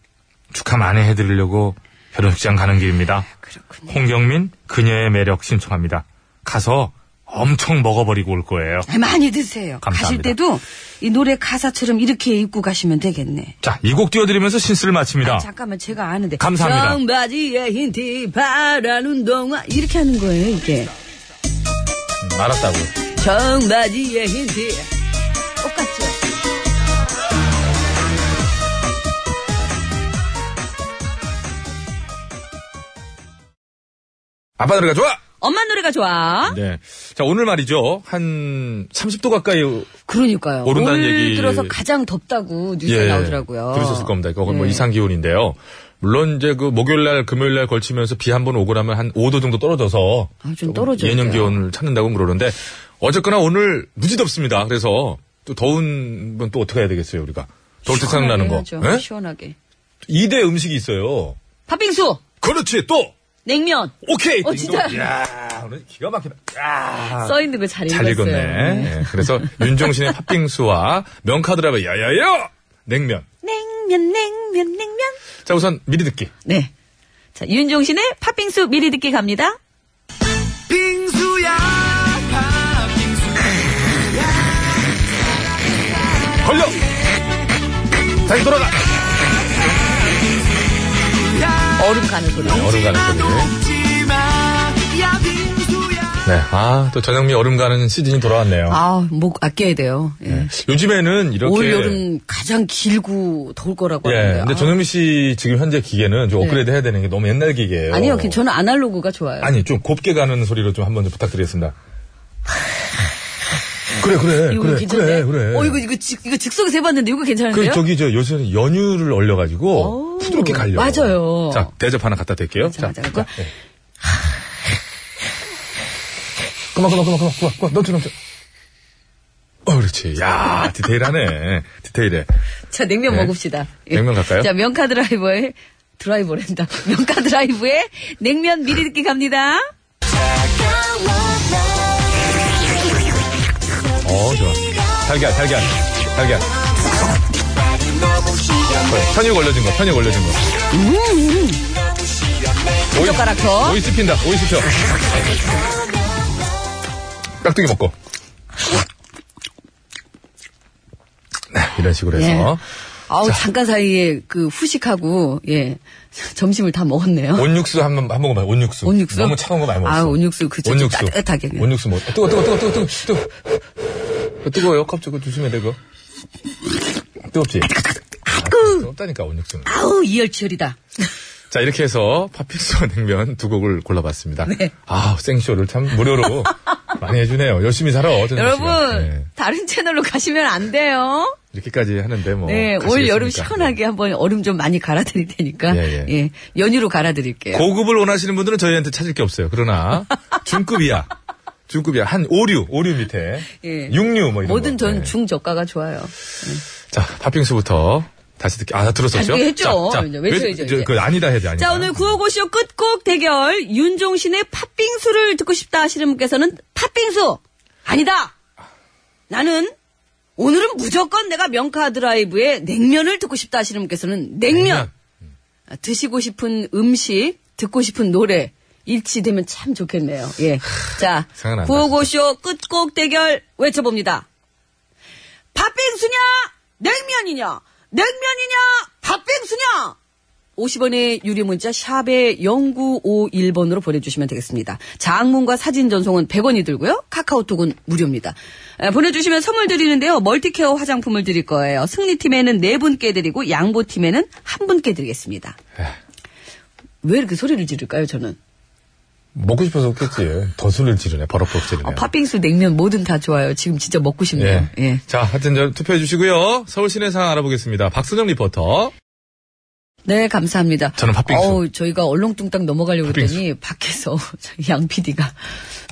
[SPEAKER 9] 축하 많이 해드리려고 결혼식장 가는 길입니다.
[SPEAKER 2] 그렇군요.
[SPEAKER 9] 홍경민 그녀의 매력 신청합니다. 가서 엄청 먹어버리고 올 거예요.
[SPEAKER 2] 네, 많이 드세요. 가실
[SPEAKER 9] 감사합니다.
[SPEAKER 2] 때도 이 노래 가사처럼 이렇게 입고 가시면 되겠네.
[SPEAKER 9] 자, 이 곡 띄워드리면서 신스를 마칩니다.
[SPEAKER 2] 잠깐만 제가 아는데.
[SPEAKER 9] 아. 감사합니다.
[SPEAKER 2] 청바지에 흰티 바라는 동화 이렇게 하는 거예요 이게.
[SPEAKER 9] 알았다고.
[SPEAKER 2] 청바지에 흰티 똑같죠.
[SPEAKER 9] 아빠 노래가 좋아!
[SPEAKER 2] 엄마 노래가 좋아.
[SPEAKER 9] 네. 자, 오늘 말이죠. 한 30도 가까이
[SPEAKER 2] 그러니까요.
[SPEAKER 9] 오른다는
[SPEAKER 2] 오늘
[SPEAKER 9] 얘기-
[SPEAKER 2] 들어서 가장 덥다고 뉴스에 나오더라고요.
[SPEAKER 9] 예, 들으셨을 겁니다. 그건 뭐
[SPEAKER 2] 네.
[SPEAKER 9] 이상 기온인데요. 물론 이제 그 목요일 날 금요일 날 걸치면서 비 한 번 오고 나면 한 5도 정도 떨어져서
[SPEAKER 2] 아, 좀
[SPEAKER 9] 조금
[SPEAKER 2] 떨어져야
[SPEAKER 9] 예년
[SPEAKER 2] 돼요.
[SPEAKER 9] 기온을 찾는다고 그러는데 어쨌거나 오늘 무지 덥습니다. 그래서 또 더운 건 또 어떻게 해야 되겠어요, 우리가. 더울 때
[SPEAKER 2] 시원하게
[SPEAKER 9] 생각나는 거.
[SPEAKER 2] 해야죠.
[SPEAKER 9] 예?
[SPEAKER 2] 시원하게.
[SPEAKER 9] 2대 음식이 있어요.
[SPEAKER 2] 팥빙수,
[SPEAKER 9] 그렇지. 또
[SPEAKER 2] 냉면.
[SPEAKER 9] 오케이.
[SPEAKER 2] 어, 진짜.
[SPEAKER 9] 야, 오늘 기가 막히다. 야.
[SPEAKER 2] 써 있는 거 잘 읽었어요.
[SPEAKER 9] 잘 읽었네. 예, 그래서 윤종신의 팥빙수와 명카드라의 야야야 냉면.
[SPEAKER 2] 냉면, 냉면, 냉면.
[SPEAKER 9] 자 우선 미리 듣기.
[SPEAKER 2] 네. 자, 윤종신의 팥빙수 미리 듣기 갑니다.
[SPEAKER 9] 걸려. 다시 돌아가.
[SPEAKER 2] 얼음 가는 소리.
[SPEAKER 9] 얼음 가는 소리. 네. 아, 또 전영미 얼음 가는 시즌이 돌아왔네요. 네.
[SPEAKER 2] 아, 목 아껴야 돼요. 예.
[SPEAKER 9] 요즘에는 이렇게.
[SPEAKER 2] 올 여름 가장 길고 더울 거라고
[SPEAKER 9] 예.
[SPEAKER 2] 하는데.
[SPEAKER 9] 근데
[SPEAKER 2] 아. 네.
[SPEAKER 9] 전영미 씨 지금 현재 기계는 좀 업그레이드 해야 되는 게 너무 옛날 기계예요.
[SPEAKER 2] 아니요, 그냥 저는 아날로그가 좋아요.
[SPEAKER 9] 어. 아니, 좀 곱게 가는 소리로 좀 한번 좀 부탁드리겠습니다. 그래, 그래,
[SPEAKER 2] 이거
[SPEAKER 9] 그래,
[SPEAKER 2] 괜찮네.
[SPEAKER 9] 그래, 그래.
[SPEAKER 2] 어, 이거, 이거, 직, 이거 즉석에서 해봤는데 이거 괜찮은데요?
[SPEAKER 9] 그 저기 저 요새는 연유를 얼려가지고
[SPEAKER 2] 오,
[SPEAKER 9] 부드럽게 갈려.
[SPEAKER 2] 맞아요.
[SPEAKER 9] 자 대접 하나 갖다 댈게요.
[SPEAKER 2] 자, 자, 그거.
[SPEAKER 9] 예. 그만 그만 그만 그만 그만 그만 넘쳐 넘쳐. 어 그렇지. 야 디테일하네. 디테일해.
[SPEAKER 2] 자, 냉면
[SPEAKER 9] 네.
[SPEAKER 2] 먹읍시다. 예.
[SPEAKER 9] 냉면 갈까요?
[SPEAKER 2] 자, 명카 드라이버의 드라이버랜다. <laughs> 명카 드라이브의 냉면 미리 듣기 갑니다.
[SPEAKER 9] 어 좋아. 달걀 달걀 달걀. 어, 그래, 편육 올려진 거 편육 올려진 거. 오이,
[SPEAKER 2] 음. 젓가락 더.
[SPEAKER 9] 오이 씹힌다. 오이 씹혀. 깍두기 먹고. 네, 이런 식으로 해서.
[SPEAKER 2] 예. 아우,
[SPEAKER 9] 자.
[SPEAKER 2] 잠깐 사이에 그 후식하고, 예, 점심을 다 먹었네요.
[SPEAKER 9] 온육수 한 번 한 모금 봐요. 온육수.
[SPEAKER 2] 온육수?
[SPEAKER 9] 너무 차가운 거 많이 먹었어.
[SPEAKER 2] 아, 온육수. 그좀 따뜻하게 그냥.
[SPEAKER 9] 온육수 먹. 뜨거 뜨거 뜨거 뜨거 뜨거 어, 뜨거. 뜨거워요. 컵주고 조심해야 되고. 뜨겁지. 아, 뜨겁다니까 온육수는.
[SPEAKER 2] 아우, 이열치열이다.
[SPEAKER 9] 자 이렇게 해서 팥빙수와 <laughs> 냉면 두 곡을 골라봤습니다.
[SPEAKER 2] 네.
[SPEAKER 9] 아 생쇼를 참 무료로 많이 해주네요. 열심히 살아. 전현무 씨가.
[SPEAKER 2] 여러분,
[SPEAKER 9] 네,
[SPEAKER 2] 다른 채널로 가시면 안 돼요.
[SPEAKER 9] 이렇게까지 하는데 뭐.
[SPEAKER 2] 네, 올
[SPEAKER 9] 가시겠습니까?
[SPEAKER 2] 여름 시원하게 한번 얼음 좀 많이 갈아드릴 테니까,
[SPEAKER 9] 예,
[SPEAKER 2] 예,
[SPEAKER 9] 예.
[SPEAKER 2] 연유로 갈아드릴게요.
[SPEAKER 9] 고급을 원하시는 분들은 저희한테 찾을 게 없어요.
[SPEAKER 2] <laughs>
[SPEAKER 9] 그러나 중급이야. 중급이야. 한 오류, 오류 밑에.
[SPEAKER 2] 예.
[SPEAKER 9] 육류 뭐 이런
[SPEAKER 2] 뭐든
[SPEAKER 9] 거.
[SPEAKER 2] 전
[SPEAKER 9] 예.
[SPEAKER 2] 중저가가 좋아요.
[SPEAKER 9] 자, 팥빙수부터 다시 듣기. 아, 나 들었었죠?
[SPEAKER 2] 다시 했죠.
[SPEAKER 9] 자, 자,
[SPEAKER 2] 이제 외쳐야죠,
[SPEAKER 9] 왜- 저-
[SPEAKER 2] 이제.
[SPEAKER 9] 그 아니다 해야 돼, 아니다.
[SPEAKER 2] 자, 오늘 구호고쇼 끝곡 대결, 윤종신의 팥빙수를 듣고 싶다 하시는 분께서는 팥빙수! 아니다! 나는, 오늘은 무조건 내가 명카 드라이브의 냉면을 듣고 싶다 하시는 분께서는 냉면! 아, 드시고 싶은 음식, 듣고 싶은 노래 일치되면 참 좋겠네요. 예. 자,
[SPEAKER 9] 생각 안
[SPEAKER 2] 구호고쇼 끝곡 대결 외쳐봅니다. 팥빙수냐? 냉면이냐? 냉면이냐? 팥빙수냐? 50원의 유료 문자 샵에 0951번으로 보내주시면 되겠습니다. 장문과 사진 전송은 100원이 들고요. 카카오톡은 무료입니다. 에, 보내주시면 선물 드리는데요. 멀티케어 화장품을 드릴 거예요. 승리팀에는 4분께 드리고 양보팀에는 1분께 드리겠습니다. 왜 이렇게 소리를 지를까요, 저는?
[SPEAKER 9] 먹고 싶어서 없겠지. 더 술을 지르네. 버럭버럭
[SPEAKER 2] 아,
[SPEAKER 9] 지르네.
[SPEAKER 2] 팥빙수, 냉면, 뭐든 다 좋아요. 지금 진짜 먹고 싶네요.
[SPEAKER 9] 예.
[SPEAKER 2] 예.
[SPEAKER 9] 자, 하여튼 저 투표해 주시고요. 서울 시내 상황 알아보겠습니다. 박선영 리포터.
[SPEAKER 2] 네, 감사합니다.
[SPEAKER 9] 저는 팥빙수.
[SPEAKER 2] 어우, 저희가 얼렁뚱땅 넘어가려고
[SPEAKER 9] 팥빙수.
[SPEAKER 2] 했더니 밖에서 <laughs> 저희 양 PD가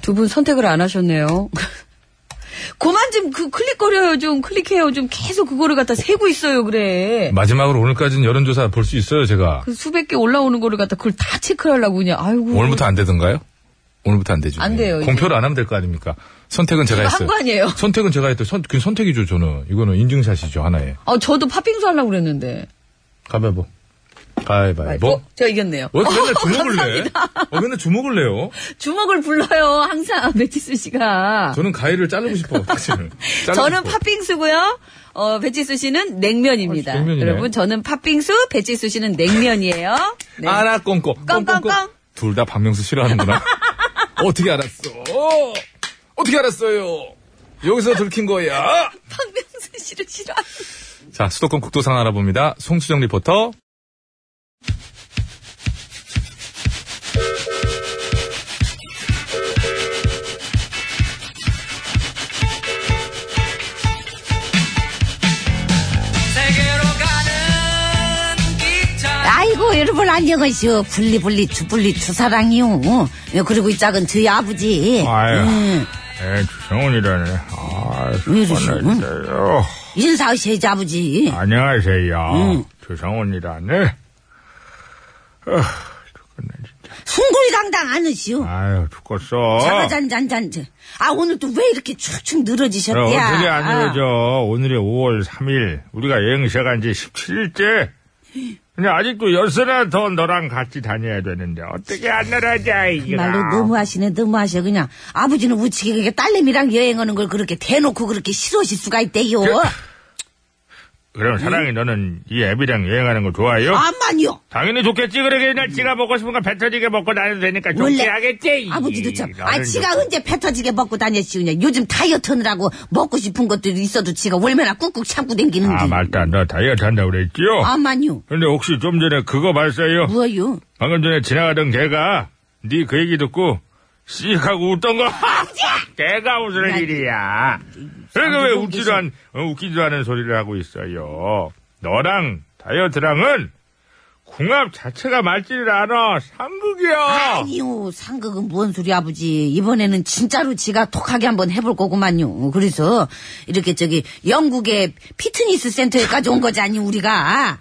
[SPEAKER 2] 두 분 선택을 안 하셨네요. <laughs> 그만 좀 그 클릭거려요 좀 클릭해요 좀 계속 그거를 갖다 세고 있어요 그래.
[SPEAKER 9] 마지막으로 오늘까지는 여론조사 볼 수 있어요, 제가.
[SPEAKER 2] 그 수백 개 올라오는 거를 갖다 그걸 다 체크하려고 그냥 아이고.
[SPEAKER 9] 오늘부터 안 되던가요? 오늘부터 안 되죠.
[SPEAKER 2] 음. 안 돼요,
[SPEAKER 9] 예.
[SPEAKER 2] 이제.
[SPEAKER 9] 공표를 안 하면 될 거 아닙니까? 선택은 제가
[SPEAKER 2] 이거 한
[SPEAKER 9] 했어요.
[SPEAKER 2] 거 아니에요?
[SPEAKER 9] 선택은 제가 했던 선, 그 선택이죠, 저는. 이거는 인증샷이죠, 하나에.
[SPEAKER 2] 아 저도 팥빙수 하려고 그랬는데.
[SPEAKER 9] 가위바위보. 가위바위보.
[SPEAKER 2] 어, 제가 이겼네요.
[SPEAKER 9] 왜 이렇게 맨날 주먹을 내? 어, 맨날 주먹을 내요?
[SPEAKER 2] 주먹을 불러요 항상 <laughs> 매티스 씨가.
[SPEAKER 9] 저는 가위를 자르고
[SPEAKER 2] <laughs>
[SPEAKER 9] 싶어, 사실은. 자르고
[SPEAKER 2] 아. 저는
[SPEAKER 9] 싶어.
[SPEAKER 2] 팥빙수고요. 어, 배치수 씨는 냉면입니다.
[SPEAKER 9] 아, 냉면이네.
[SPEAKER 2] 여러분, 저는 팥빙수, 배치수 씨는 냉면이에요. 네.
[SPEAKER 9] 알아, 꽁꽁.
[SPEAKER 2] 꽁꽁꽁.
[SPEAKER 9] 둘다
[SPEAKER 2] <laughs>
[SPEAKER 9] 박명수 싫어하는구나. 어떻게 알았어? 어떻게 알았어요? 여기서 들킨 거야.
[SPEAKER 2] 박명수 씨를 싫어.
[SPEAKER 9] 자, 수도권 국도상 알아봅니다. 송수정 리포터.
[SPEAKER 12] 아이고 여러분 안녕하시오 분리분리 주분리 주사랑이요 예, 그리고 이 작은 저희 아버지
[SPEAKER 9] 아유.
[SPEAKER 12] 음,
[SPEAKER 9] 에, 주성훈이라네. 아,
[SPEAKER 12] 왜 주성훈? 인사하셔야지 아버지
[SPEAKER 9] 안녕하세요.
[SPEAKER 12] 음.
[SPEAKER 9] 주성훈이라네.
[SPEAKER 12] 송글 정리당당 않으시오.
[SPEAKER 13] 아유, 두껍소.
[SPEAKER 12] 잔잔잔잔. 아, 오늘 또 왜 이렇게 축축 늘어지셨대야?
[SPEAKER 13] 어떻게 안
[SPEAKER 12] 아.
[SPEAKER 13] 이러죠? 오늘이 5월 3일. 우리가 여행사 간지 17일째. 근데 아직도 열세나 더 너랑 같이 다녀야 되는데, 어떻게 안 늘어져, 이게.
[SPEAKER 12] 말로 너무하시네 너무하셔 그냥 아버지는 우치게 그게 딸내미랑 여행하는 걸 그렇게 대놓고 그렇게 싫어하실 수가
[SPEAKER 13] 그,
[SPEAKER 12] 있대요
[SPEAKER 13] 그럼 사랑이 너는 이 앱이랑 여행하는 거 좋아해요?
[SPEAKER 12] 아만요
[SPEAKER 13] 당연히 좋겠지. 그래, 그냥 지가 먹고 싶은 건 배터지게 먹고 다녀도 되니까 좋게
[SPEAKER 12] 원래
[SPEAKER 13] 하겠지.
[SPEAKER 12] 아버지도 참 아,
[SPEAKER 13] 너는
[SPEAKER 12] 지가 언제 배 터지게 먹고 다녔지 그냥 요즘 다이어트 하느라고 먹고 싶은 것들이 있어도 지가 얼마나 꾹꾹 참고 댕기는데
[SPEAKER 13] 아, 맞다. 너 다이어트 한다고 그랬지요?
[SPEAKER 12] 음. 아만요
[SPEAKER 13] 근데 혹시 좀 전에 그거 봤어요?
[SPEAKER 12] 뭐요
[SPEAKER 13] 방금 전에 지나가던 개가 네 그 얘기 듣고 씩 하고 웃던 거 <laughs> 개가 웃을 일이야 그러니까 왜 웃지도 안, 어, 웃기지도 않은 소리를 하고 있어요 너랑 다이어트랑은 궁합 자체가 맞지를 않아 상극이야
[SPEAKER 12] 아니요 상극은 뭔 소리 아버지 이번에는 진짜로 지가 톡하게 한번 해볼 거구만요 그래서 이렇게 저기 영국의 피트니스 센터에까지 온 거지 아니 우리가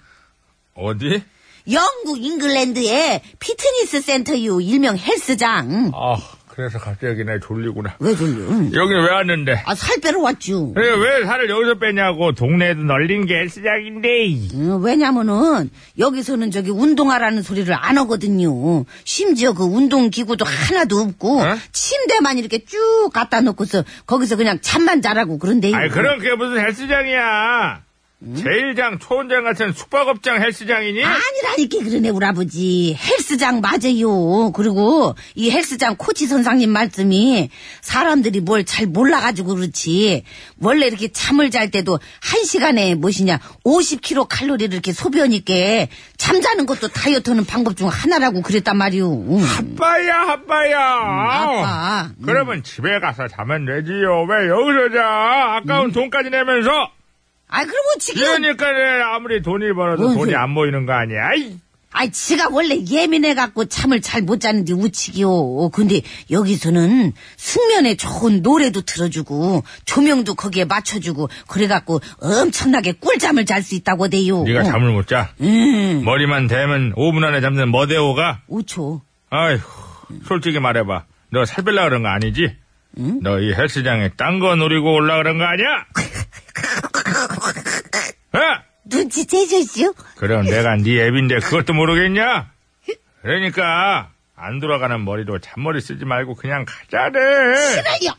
[SPEAKER 13] 어디?
[SPEAKER 12] 영국 잉글랜드의 피트니스 센터유 일명 헬스장.
[SPEAKER 13] 아 그래서 갑자기 내 졸리구나
[SPEAKER 12] 왜 졸려? 음.
[SPEAKER 13] 여기 왜 왔는데
[SPEAKER 12] 아, 살 빼러 왔죠.
[SPEAKER 13] 그래, 왜 살을 여기서 빼냐고 동네에도 널린 게 시작인데
[SPEAKER 12] 음, 왜냐면은 여기서는 저기 운동하라는 소리를 안 하거든요. 심지어 그 운동 기구도 하나도 없고
[SPEAKER 13] 어?
[SPEAKER 12] 침대만 이렇게 쭉 갖다 놓고서 거기서 그냥 잠만 자라고 그런데.
[SPEAKER 13] 아이, 그럼 그게 무슨 헬스장이야? 제일장, 초원장 같은 숙박업장 헬스장이니?
[SPEAKER 12] 음? 아니라니까 그러네 우리 아버지 헬스장 맞아요 그리고 이 헬스장 코치 선상님 말씀이 사람들이 뭘 잘 몰라가지고 그렇지 원래 이렇게 잠을 잘 때도 한 시간에 무엇이냐 50kg 칼로리를 이렇게 소변있게 잠자는 것도 다이어트하는 방법 중 하나라고 그랬단 말이오
[SPEAKER 13] 아빠야, 아빠야.
[SPEAKER 12] 아빠. 음.
[SPEAKER 13] 그러면 집에 가서 자면 되지요. 왜 여기서 자? 아까운
[SPEAKER 12] 음.
[SPEAKER 13] 돈까지 내면서.
[SPEAKER 12] 아 그러고 지금
[SPEAKER 13] 그러니까 내 아무리 돈이 벌어도
[SPEAKER 12] 뭔
[SPEAKER 13] 돈이
[SPEAKER 12] 소리.
[SPEAKER 13] 안 모이는 거 아니야? 아이,
[SPEAKER 12] 아이, 지가 원래 예민해갖고 잠을 잘 못 자는데 우치기요. 어, 근데 여기서는 숙면에 좋은 노래도 틀어주고, 조명도 거기에 맞춰주고, 그래갖고 엄청나게 꿀잠을 잘 수 있다고 돼요.
[SPEAKER 13] 네가 잠을 못 자.
[SPEAKER 12] 음,
[SPEAKER 13] 머리만 대면 5분 안에 잡는 머대오가.
[SPEAKER 12] 5초.
[SPEAKER 13] 아휴, 솔직히 말해봐. 너 살 빼려 그런 거 아니지? 너 이 헬스장에 딴 거 노리고 올라 그런 거 아니야? 어?
[SPEAKER 12] 눈치채셨슈?
[SPEAKER 13] 그럼 내가 네 앱인데 그것도 모르겠냐? 그러니까 안 돌아가는 머리로 잔머리 쓰지 말고 그냥 가자래. 네.
[SPEAKER 12] 그래요!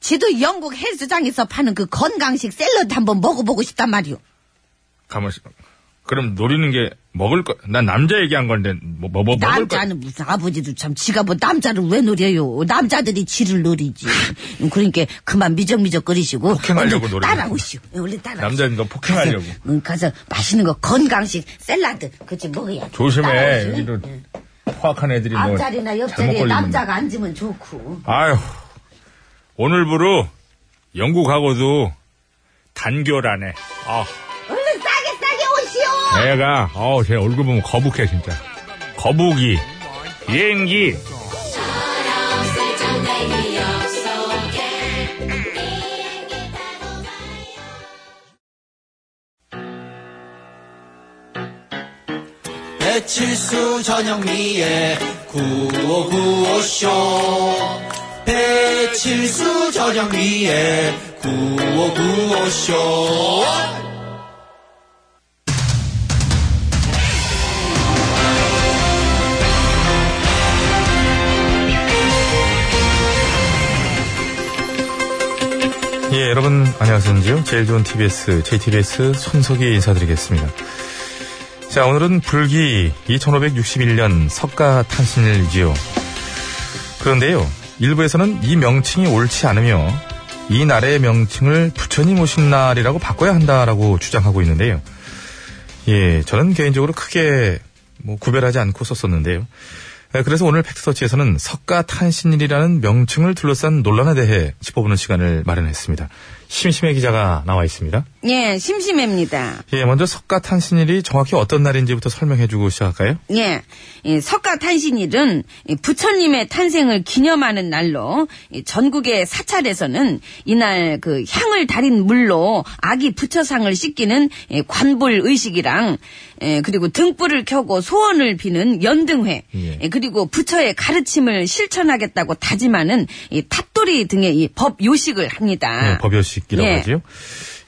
[SPEAKER 12] 지도 영국 헬스장에서 파는 그 건강식 샐러드 한번 먹어보고 싶단 말이오.
[SPEAKER 13] 가만 있어. 그럼 노리는 게 먹을 거. 난 남자 얘기한 건데 뭐, 뭐, 뭐 먹을 거.
[SPEAKER 12] 남자는 무슨 아버지도 참 지가 뭐 남자를 왜 노려요? 남자들이 지를 노리지. 그러니까 그만 미적미적거리시고
[SPEAKER 13] 폭행하려고
[SPEAKER 12] 얼른
[SPEAKER 13] 노리는
[SPEAKER 12] 따라오시오. 얼른 따라.
[SPEAKER 13] 남자는 너 폭행하려고.
[SPEAKER 12] 응, 가서 맛있는 거 건강식 샐러드 그치 먹어야.
[SPEAKER 13] 조심해. 여기도 포악한 애들이 뭐
[SPEAKER 12] 앞자리나
[SPEAKER 13] 잘못
[SPEAKER 12] 옆자리에
[SPEAKER 13] 걸리는.
[SPEAKER 12] 남자가 앉으면 좋고.
[SPEAKER 13] 아휴. 오늘부로 영국하고도 단결하네. 아,
[SPEAKER 12] 얼른 싸게 싸게 오시오.
[SPEAKER 13] 내가 어우 쟤 얼굴 보면 거북해 진짜. 거북이, 비행기.
[SPEAKER 8] 배칠수 전영미의 구호구호쇼 배칠수 전영미의 구호구호쇼
[SPEAKER 13] 예, 여러분 안녕하세요. 제일 좋은 TBS, JTBS 손석희 인사드리겠습니다. 자, 오늘은 불기 2561년 석가탄신일이지요. 그런데요, 일부에서는 이 명칭이 옳지 않으며 이 날의 명칭을 부처님 오신 날이라고 바꿔야 한다라고 주장하고 있는데요. 예, 저는 개인적으로 크게 뭐 구별하지 않고 썼었는데요. 예, 그래서 오늘 팩트서치에서는 석가탄신일이라는 명칭을 둘러싼 논란에 대해 짚어보는 시간을 마련했습니다. 심심해 기자가 나와 있습니다.
[SPEAKER 12] 예, 심심해입니다.
[SPEAKER 9] 예, 먼저 석가탄신일이 정확히 어떤 날인지부터 설명해주고 시작할까요?
[SPEAKER 12] 예, 이 석가탄신일은 이 부처님의 탄생을 기념하는 날로 이 전국의 사찰에서는 이날 그 향을 달인 물로 아기 부처상을 씻기는 이 관불 의식이랑 예, 그리고 등불을 켜고 소원을 비는 연등회
[SPEAKER 9] 예.
[SPEAKER 12] 예, 그리고 부처의 가르침을 실천하겠다고 다짐하는 이 탑돌이 등의 이 법 요식을 합니다.
[SPEAKER 9] 예, 법요식이라고
[SPEAKER 12] 예.
[SPEAKER 9] 하지요.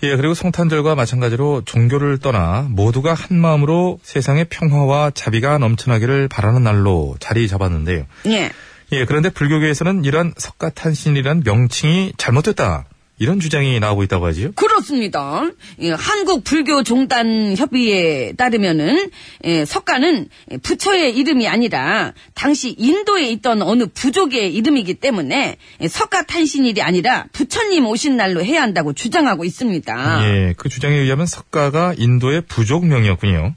[SPEAKER 9] 예, 그리고 성탄절과 마찬가지로 종교를 떠나 모두가 한 마음으로 세상의 평화와 자비가 넘쳐나기를 바라는 날로 자리 잡았는데요.
[SPEAKER 12] 예.
[SPEAKER 9] 예, 그런데 불교계에서는 이러한 석가탄신이라는 명칭이 잘못됐다. 이런 주장이 나오고 있다고
[SPEAKER 12] 그렇죠?
[SPEAKER 9] 하지요.
[SPEAKER 12] 그렇습니다. 예, 한국 불교 종단 협의에 따르면은 예, 석가는 부처의 이름이 아니라 당시 인도에 있던 어느 부족의 이름이기 때문에 예, 석가 탄신일이 아니라 부처님 오신 날로 해야 한다고 주장하고 있습니다.
[SPEAKER 9] 예, 그 주장에 의하면 석가가 인도의 부족명이었군요.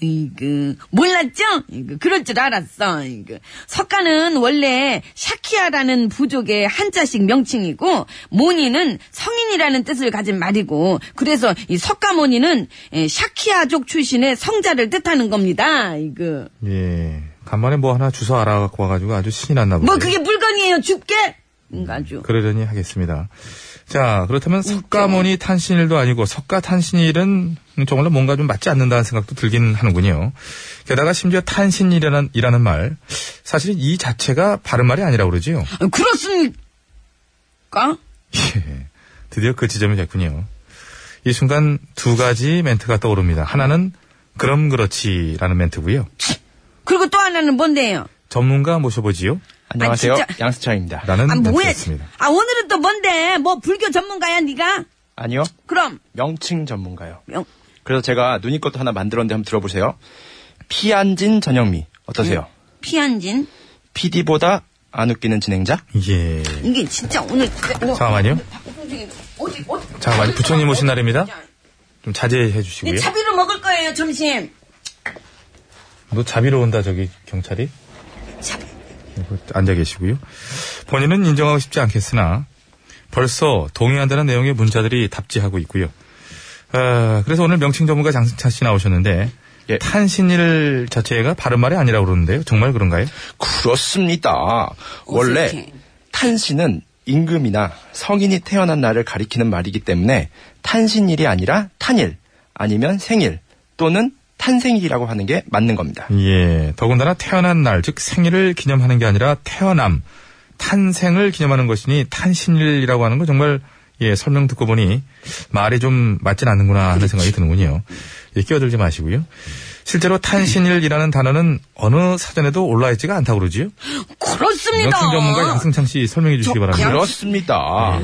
[SPEAKER 12] 이그 몰랐죠? 이그, 그럴 줄 알았어. 이그. 석가는 원래 샤키아라는 부족의 한자식 명칭이고 모니는 성인이라는 뜻을 가진 말이고 그래서 이 석가 모니는 예, 샤키아족 출신의 성자를 뜻하는 겁니다. 이거
[SPEAKER 9] 예, 간만에 뭐 하나 주소 알아갖고 와가지고 아주 신이 났나 보네요.
[SPEAKER 12] 뭐 그게 물건이에요? 줄게. 아주
[SPEAKER 9] 그러려니 하겠습니다. 자, 그렇다면
[SPEAKER 12] 네,
[SPEAKER 9] 석가모니 탄신일도 아니고 석가 탄신일은 정말로 뭔가 좀 맞지 않는다는 생각도 들긴 하는군요. 게다가 심지어 탄신이라는 이라는 말, 사실 이 자체가 바른 말이 아니라고 그러지요.
[SPEAKER 12] 아, 그렇습니까?
[SPEAKER 9] 예, 드디어 그 지점이 됐군요. 이 순간 두 가지 멘트가 떠오릅니다. 하나는 그럼 그렇지라는 멘트고요.
[SPEAKER 12] 그리고 또 하나는 뭔데요?
[SPEAKER 9] 전문가 모셔보지요.
[SPEAKER 12] 안녕하세요. 진짜.
[SPEAKER 13] 양수창입니다.
[SPEAKER 9] 라는
[SPEAKER 12] 아 뭐야?
[SPEAKER 9] 멘트였습니다.
[SPEAKER 12] 아 오늘은 또 뭔데? 뭐 불교 전문가야 네가?
[SPEAKER 13] 아니요,
[SPEAKER 12] 그럼
[SPEAKER 13] 명칭 전문가요.
[SPEAKER 12] 명-
[SPEAKER 13] 그래서 제가 누님 것도 하나 만들었는데 한번 들어보세요. 피안진 전영미 어떠세요?
[SPEAKER 12] 네. 피한진.
[SPEAKER 13] PD보다 안 웃기는 진행자?
[SPEAKER 9] 예.
[SPEAKER 12] 이게 진짜 오늘
[SPEAKER 9] 잠깐만요.
[SPEAKER 12] 어디 어디
[SPEAKER 9] 잠깐만요. 부처님 오신 날입니다. 좀 자제해 주시고요.
[SPEAKER 12] 네 차비로 먹을 거예요 점심.
[SPEAKER 9] 너 자비로 온다 저기 경찰이
[SPEAKER 12] 자비.
[SPEAKER 9] 이거 앉아 계시고요 본인은 인정하고 싶지 않겠으나 벌써 동의한다는 내용의 문자들이 답지하고 있고요 아, 그래서 오늘 명칭 전문가 장승찬 씨 나오셨는데
[SPEAKER 13] 예.
[SPEAKER 9] 탄신일 자체가 바른 말이 아니라고 그러는데요 정말 그런가요?
[SPEAKER 13] 그렇습니다. 원래 탄신은 임금이나 성인이 태어난 날을 가리키는 말이기 때문에 탄신일이 아니라 탄일 아니면 생일 또는 탄생일이라고 하는 게 맞는 겁니다.
[SPEAKER 9] 예 더군다나 태어난 날 즉 생일을 기념하는 게 아니라 태어남 탄생을 기념하는 것이니 탄신일이라고 하는 거 정말 예 설명 듣고 보니 말이 좀 맞진 않는구나 하는 생각이 드는군요 예, 끼어들지 마시고요 실제로 탄신일이라는 단어는 어느 사전에도 올라있지가 않다고 그러지요
[SPEAKER 12] 그렇습니다.
[SPEAKER 9] 여충 전문가 양승창 씨 설명해 주시기 바랍니다
[SPEAKER 13] 그렇습니다.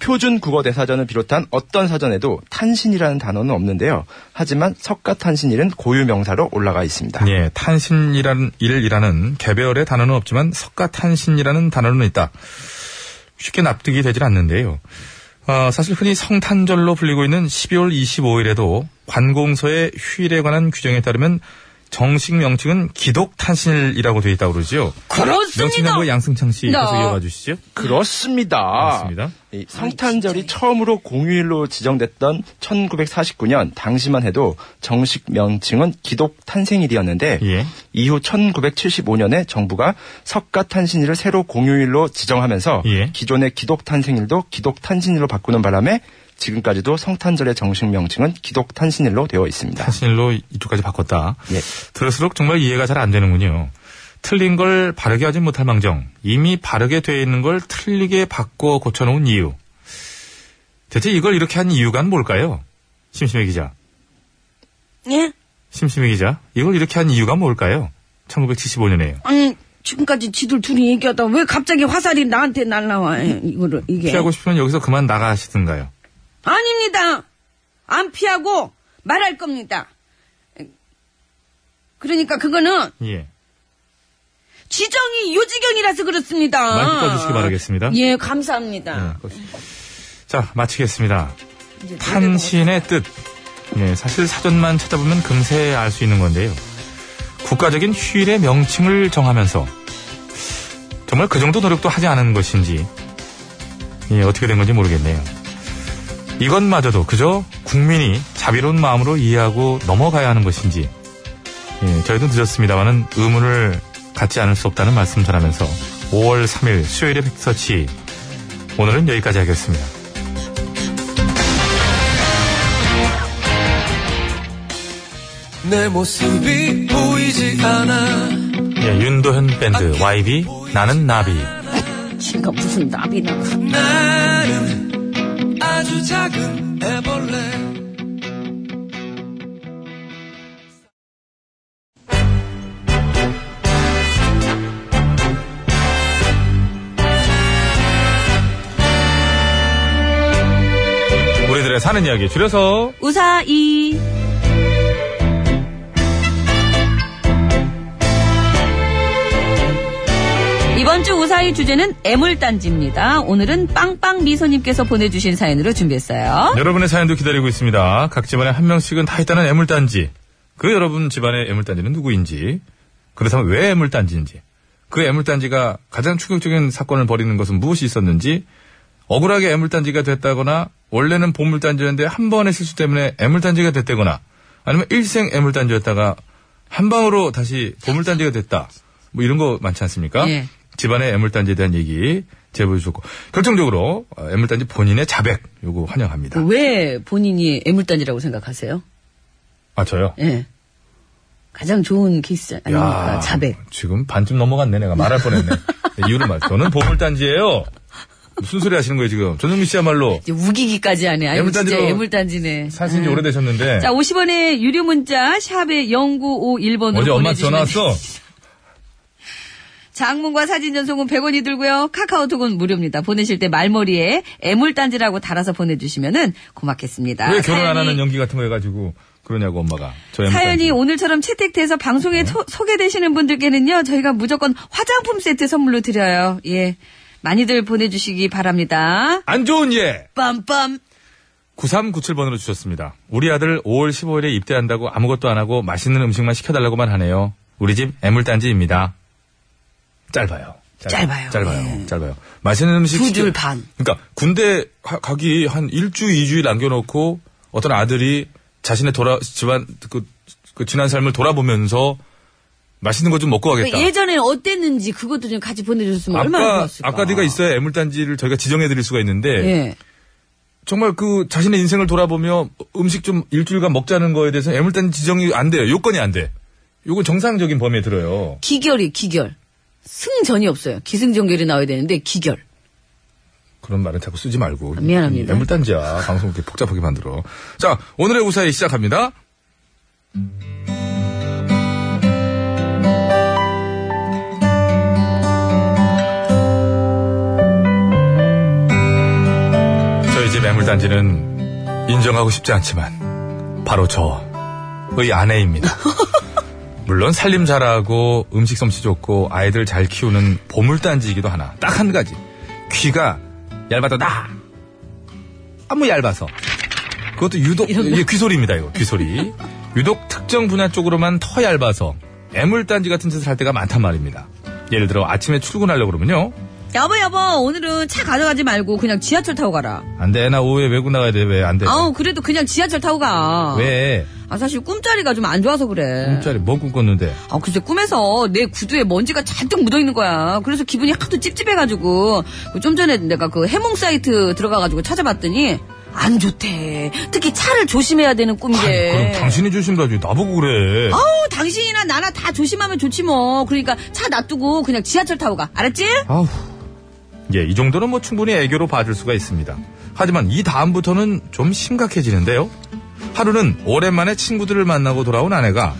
[SPEAKER 13] 표준 국어 대사전을 비롯한 어떤 사전에도 탄신이라는 단어는 없는데요. 하지만 석가 탄신일은 고유 명사로 올라가 있습니다.
[SPEAKER 9] 예, 탄신이라는 일이라는 개별의 단어는 없지만 석가 탄신이라는 단어는 있다. 쉽게 납득이 되질 않는데요. 어, 사실 흔히 성탄절로 불리고 있는 12월 25일에도 관공서의 휴일에 관한 규정에 따르면 정식 명칭은 기독 탄신일이라고 되어 있다고 그러죠. 명칭
[SPEAKER 12] 그렇습니다.
[SPEAKER 9] 정보 양승창 씨 계속
[SPEAKER 12] 나.
[SPEAKER 9] 이어가 주시죠.
[SPEAKER 13] 그렇습니다.
[SPEAKER 9] 맞습니다.
[SPEAKER 13] 이 성탄절이 처음으로 공휴일로 지정됐던 1949년 당시만 해도 정식 명칭은 기독 탄생일이었는데
[SPEAKER 9] 예.
[SPEAKER 13] 이후 1975년에 정부가 석가 탄신일을 새로 공휴일로 지정하면서
[SPEAKER 9] 예.
[SPEAKER 13] 기존의 기독 탄생일도 기독 탄신일로 바꾸는 바람에 지금까지도 성탄절의 정식 명칭은 기독 탄신일로 되어 있습니다.
[SPEAKER 9] 탄신일로 이쪽까지 바꿨다.
[SPEAKER 13] 예.
[SPEAKER 9] 들을수록 정말 이해가 잘 안 되는군요. 틀린 걸 바르게 하진 못할 망정. 이미 바르게 돼 있는 걸 틀리게 바꿔 고쳐놓은 이유. 대체 이걸 이렇게 한 이유가 뭘까요? 심심해 기자.
[SPEAKER 12] 예?
[SPEAKER 9] 심심해 기자. 이걸 이렇게 한 이유가 뭘까요? 1975년에요.
[SPEAKER 12] 아니 지금까지 지들 둘이 얘기하다 왜 갑자기 화살이 나한테 날라와 예, 이거를 이게
[SPEAKER 9] 피하고 싶으면 여기서 그만 나가시든가요.
[SPEAKER 12] 아닙니다. 안 피하고 말할 겁니다. 그러니까 그거는
[SPEAKER 9] 예.
[SPEAKER 12] 지정이 요지경이라서 그렇습니다.
[SPEAKER 9] 마이크 꺼주시기 바라겠습니다.
[SPEAKER 12] 예, 감사합니다.
[SPEAKER 9] 자, 마치겠습니다. 탄신의 뜻. 예, 사실 사전만 찾아보면 금세 알 수 있는 건데요. 국가적인 휴일의 명칭을 정하면서 정말 그 정도 노력도 하지 않은 것인지 예, 어떻게 된 건지 모르겠네요. 이것마저도 그저 국민이 자비로운 마음으로 이해하고 넘어가야 하는 것인지 예, 저희도 늦었습니다만은 의문을 갖지 않을 수 없다는 말씀 전하면서 5월 3일 수요일의 팩서치 오늘은 여기까지 하겠습니다.
[SPEAKER 8] 내 모습이 보이지 않아
[SPEAKER 9] 예, 윤도현
[SPEAKER 13] 아,
[SPEAKER 9] 밴드 YB
[SPEAKER 13] 뭐
[SPEAKER 9] 나는 나비 네.
[SPEAKER 12] 지가 무슨 나비나.
[SPEAKER 8] 나는 아주 작은 애벌레
[SPEAKER 9] 우리들의 사는 이야기 줄여서
[SPEAKER 2] 우사이. 이번 주 우사이 주제는 애물단지입니다. 오늘은 빵빵 미소님께서 보내주신 사연으로 준비했어요.
[SPEAKER 9] 여러분의 사연도 기다리고 있습니다. 각 집안에 한 명씩은 다 있다는 애물단지. 그 여러분 집안의 애물단지는 누구인지, 그렇다면 왜 애물단지인지, 그 애물단지가 가장 충격적인 사건을 벌이는 것은 무엇이 있었는지, 억울하게 애물단지가 됐다거나, 원래는 보물단지였는데 한 번의 실수 때문에 애물단지가 됐다거나, 아니면 일생 애물단지였다가 한 방으로 다시 보물단지가 됐다. 뭐 이런 거 많지 않습니까?
[SPEAKER 2] 예.
[SPEAKER 9] 집안의 애물단지에 대한 얘기 제보해 주셨고, 결정적으로 어, 애물단지 본인의 자백, 요거 환영합니다.
[SPEAKER 2] 왜 본인이 애물단지라고 생각하세요?
[SPEAKER 9] 아, 저요?
[SPEAKER 2] 예. 가장 좋은 케이스 아닙니까?
[SPEAKER 9] 야,
[SPEAKER 2] 자백.
[SPEAKER 9] 지금 반쯤 넘어갔네, 내가. 말할 뻔했네. 네, 이유를 말. 저는 보물단지예요. 무슨 소리 하시는 거예요, 지금? 전영미 씨야말로
[SPEAKER 2] 이제 우기기까지 하네. 아유,
[SPEAKER 9] 애물단지로
[SPEAKER 2] 진짜 애물단지네.
[SPEAKER 9] 사신 지
[SPEAKER 2] 음.
[SPEAKER 9] 오래되셨는데.
[SPEAKER 2] 자, 50원의 유료 문자 샵에 0951번으로
[SPEAKER 9] 어제 엄마 전화 왔어?
[SPEAKER 2] 장문과 사진 전송은 100원이 들고요. 카카오톡은 무료입니다. 보내실 때 말머리에 애물단지라고 달아서 보내주시면은 고맙겠습니다.
[SPEAKER 9] 왜 결혼 안
[SPEAKER 2] 사연이-
[SPEAKER 9] 하는 연기 같은 거 해가지고 그러냐고, 엄마가. 저
[SPEAKER 2] 사연이
[SPEAKER 9] 애물단지.
[SPEAKER 2] 오늘처럼 채택돼서 방송에 소- 소개되시는 분들께는요, 저희가 무조건 화장품 세트 선물로 드려요. 예. 많이들 보내주시기 바랍니다.
[SPEAKER 9] 안 좋은 예!
[SPEAKER 2] 빰빰.
[SPEAKER 9] 9397번으로 주셨습니다. 우리 아들 5월 15일에 입대한다고 아무것도 안 하고 맛있는 음식만 시켜달라고만 하네요. 우리 집 애물단지입니다. 짧아요.
[SPEAKER 2] 짧아요. 예.
[SPEAKER 9] 짧아요. 짧아요. 맛있는 음식
[SPEAKER 2] 두
[SPEAKER 9] 시켜-
[SPEAKER 2] 줄 반.
[SPEAKER 9] 그러니까 군대 하- 가기 한 일주 이주일 남겨놓고 어떤 아들이 자신의 돌아 집안 그, 그 지난 삶을 돌아보면서 맛있는 거 좀 먹고 가겠다.
[SPEAKER 2] 그 예전에 어땠는지 그것도 좀 같이 보내줬으면 얼마나
[SPEAKER 9] 아까
[SPEAKER 2] 좋았을까.
[SPEAKER 9] 아까디가 있어야 애물단지를 저희가 지정해드릴 수가 있는데
[SPEAKER 2] 예.
[SPEAKER 9] 정말 그 자신의 인생을 돌아보며 음식 좀 일주일간 먹자는 거에 대해서 애물단지 지정이 안 돼요. 요건이 안 돼. 요건 정상적인 범위에 들어요.
[SPEAKER 2] 기결이 기결. 승전이 없어요. 기승전결이 나와야 되는데 기결.
[SPEAKER 9] 그런 말은 자꾸 쓰지 말고.
[SPEAKER 2] 미안합니다.
[SPEAKER 9] 음, 애물단지야. 방송 이렇게 복잡하게 만들어. 자, 오늘의 우사히 시작합니다. 저희 집 애물단지는 인정하고 싶지 않지만 바로 저의 아내입니다. 물론 살림 잘하고 음식 솜씨 좋고 아이들 잘 키우는 보물단지이기도 하나 딱 한 가지 귀가 얇아도 나 아무 얇아서 그것도 유독 이게 귀소리입니다 이거 귀소리 유독 특정 분야 쪽으로만 더 얇아서 애물단지 같은 짓을 할 때가 많단 말입니다 예를 들어 아침에 출근하려고 그러면요
[SPEAKER 2] 여보 여보 오늘은 차 가져가지 말고 그냥 지하철 타고 가라.
[SPEAKER 9] 안돼 나 오후에 외국 나가야 돼 왜 안돼
[SPEAKER 2] 아우 어, 그래도 그냥 지하철 타고 가.
[SPEAKER 9] 왜
[SPEAKER 2] 아 사실 꿈자리가 좀 안 좋아서 그래.
[SPEAKER 9] 꿈자리 뭔 꿈꿨는데
[SPEAKER 2] 아 글쎄 꿈에서 내 구두에 먼지가 잔뜩 묻어 있는 거야. 그래서 기분이 하도 찝찝해가지고 그좀 전에 내가 그 해몽 사이트 들어가가지고 찾아봤더니 안 좋대. 특히 차를 조심해야 되는
[SPEAKER 12] 네.
[SPEAKER 2] 꿈이래.
[SPEAKER 9] 그럼 당신이 조심해야지 나보고 그래
[SPEAKER 2] 아우 당신이나 나나 다 조심하면 좋지 뭐. 그러니까 차 놔두고 그냥 지하철 타고 가. 알았지?
[SPEAKER 9] 아우. 예, 이 정도는 뭐 충분히 애교로 봐줄 수가 있습니다. 하지만 이 다음부터는 좀 심각해지는데요. 하루는 오랜만에 친구들을 만나고 돌아온 아내가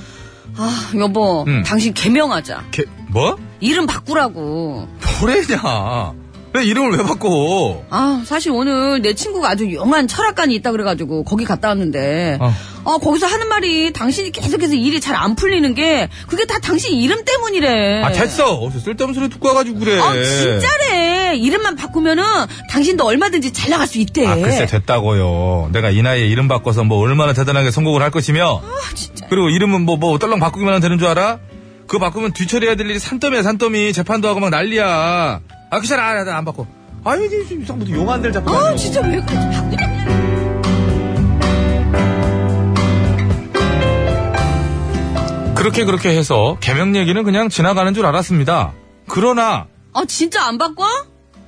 [SPEAKER 2] 아 여보
[SPEAKER 9] 음.
[SPEAKER 2] 당신 개명하자.
[SPEAKER 9] 개, 뭐?
[SPEAKER 2] 이름 바꾸라고.
[SPEAKER 9] 뭐래냐? 왜 이름을 왜 바꿔?
[SPEAKER 2] 아, 사실 오늘 내 친구가 아주 영한 철학관이 있다 그래가지고 거기 갔다 왔는데,
[SPEAKER 9] 어.
[SPEAKER 2] 어. 거기서 하는 말이 당신이 계속해서 일이 잘 안 풀리는 게, 그게 다 당신 이름 때문이래.
[SPEAKER 9] 아, 됐어. 어디서 쓸데없는 소리 듣고 와가지고 그래.
[SPEAKER 2] 네. 아, 진짜래. 이름만 바꾸면은 당신도 얼마든지 잘 나갈 수 있대.
[SPEAKER 9] 아, 글쎄, 됐다고요. 내가 이 나이에 이름 바꿔서 뭐 얼마나 대단하게 성공을 할 것이며.
[SPEAKER 2] 아, 진짜.
[SPEAKER 9] 그리고 이름은 뭐, 뭐, 떨렁 바꾸기만 하면 되는 줄 알아? 그거 바꾸면 뒤처리해야 될 일이 산더미야, 산더미. 재판도 하고 막 난리야. 그 아, 귀찮아. 아, 나안 바꿔. 아유, 이상부터 용안들 잡고.
[SPEAKER 2] 아,
[SPEAKER 9] 다녀.
[SPEAKER 2] 진짜 왜 그러지? 바꾸냐?
[SPEAKER 9] 그렇게 그렇게 해서 개명 얘기는 그냥 지나가는 줄 알았습니다. 그러나
[SPEAKER 2] 아 진짜 안 바꿔?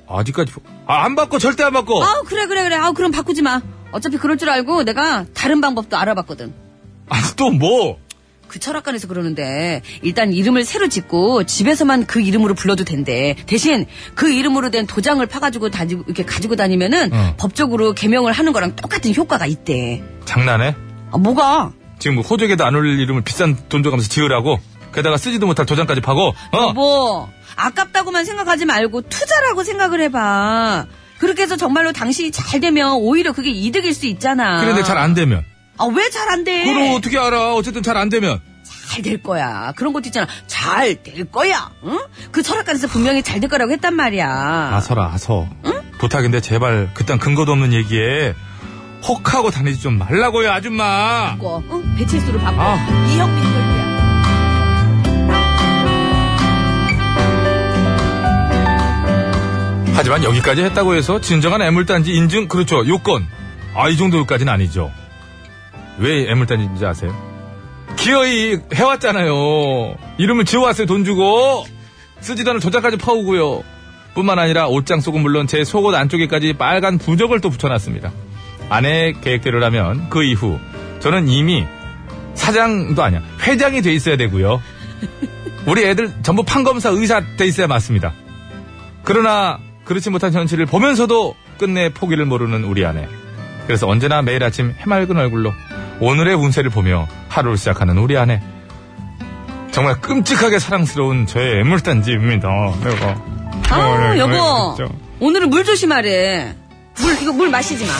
[SPEAKER 9] 아직까지 아, 안 바꿔 절대 안 바꿔.
[SPEAKER 2] 아 그래 그래 그래. 아 그럼 바꾸지 마. 어차피 그럴 줄 알고 내가 다른 방법도 알아봤거든.
[SPEAKER 9] 아니 또 뭐?
[SPEAKER 2] 그 철학관에서 그러는데 일단 이름을 새로 짓고 집에서만 그 이름으로 불러도 된대. 대신 그 이름으로 된 도장을 파가지고 다니고 이렇게 가지고 다니면은
[SPEAKER 9] 어.
[SPEAKER 2] 법적으로 개명을 하는 거랑 똑같은 효과가 있대.
[SPEAKER 9] 장난해?
[SPEAKER 2] 아 뭐가?
[SPEAKER 9] 지금 뭐 호적에도 안 올릴 이름을 비싼 돈 줘가면서 지으라고? 게다가 쓰지도 못할 도장까지 파고? 어?
[SPEAKER 2] 뭐 아깝다고만 생각하지 말고 투자라고 생각을 해봐. 그렇게 해서 정말로 당신이 잘 되면 오히려 그게 이득일 수 있잖아.
[SPEAKER 9] 그런데 잘 안 되면?
[SPEAKER 2] 아 왜 잘 안 돼?
[SPEAKER 9] 그걸 어떻게 알아? 어쨌든 잘 안 되면.
[SPEAKER 2] 잘 될 거야. 그런 것도 있잖아. 잘 될 거야. 응? 그 철학관에서 분명히 잘 될 거라고 했단 말이야.
[SPEAKER 9] 아서라 아서. 부탁인데 제발 그딴 근거도 없는 얘기에 혹하고 다니지 좀 말라고요 아줌마.
[SPEAKER 2] 바꿔. 응? 배칠수로 바꿔.
[SPEAKER 9] 아.
[SPEAKER 2] 이형민 결부야.
[SPEAKER 9] 하지만 여기까지 했다고 해서 진정한 애물단지 인증 그렇죠 요건 아 이 정도까지는 아니죠 왜 애물단지인지 아세요? 기어이 해왔잖아요 이름을 지어왔어요 돈 주고 쓰지도 않은 도장까지 파오고요 뿐만 아니라 옷장 속은 물론 제 속옷 안쪽에까지 빨간 부적을 또 붙여놨습니다 아내의 계획대로라면 그 이후 저는 이미 사장도 아니야 회장이 돼 있어야 되고요 우리 애들 전부 판검사 의사 돼 있어야 맞습니다 그러나 그렇지 못한 현실을 보면서도 끝내 포기를 모르는 우리 아내. 그래서 언제나 매일 아침 해맑은 얼굴로 오늘의 운세를 보며 하루를 시작하는 우리 아내. 정말 끔찍하게 사랑스러운 저의 애물단지입니다. 네, 여보.
[SPEAKER 2] 아,
[SPEAKER 9] 네,
[SPEAKER 2] 여보.
[SPEAKER 9] 네, 진짜.
[SPEAKER 2] 오늘은 물 조심하래. 물, 이거 물 마시지 마.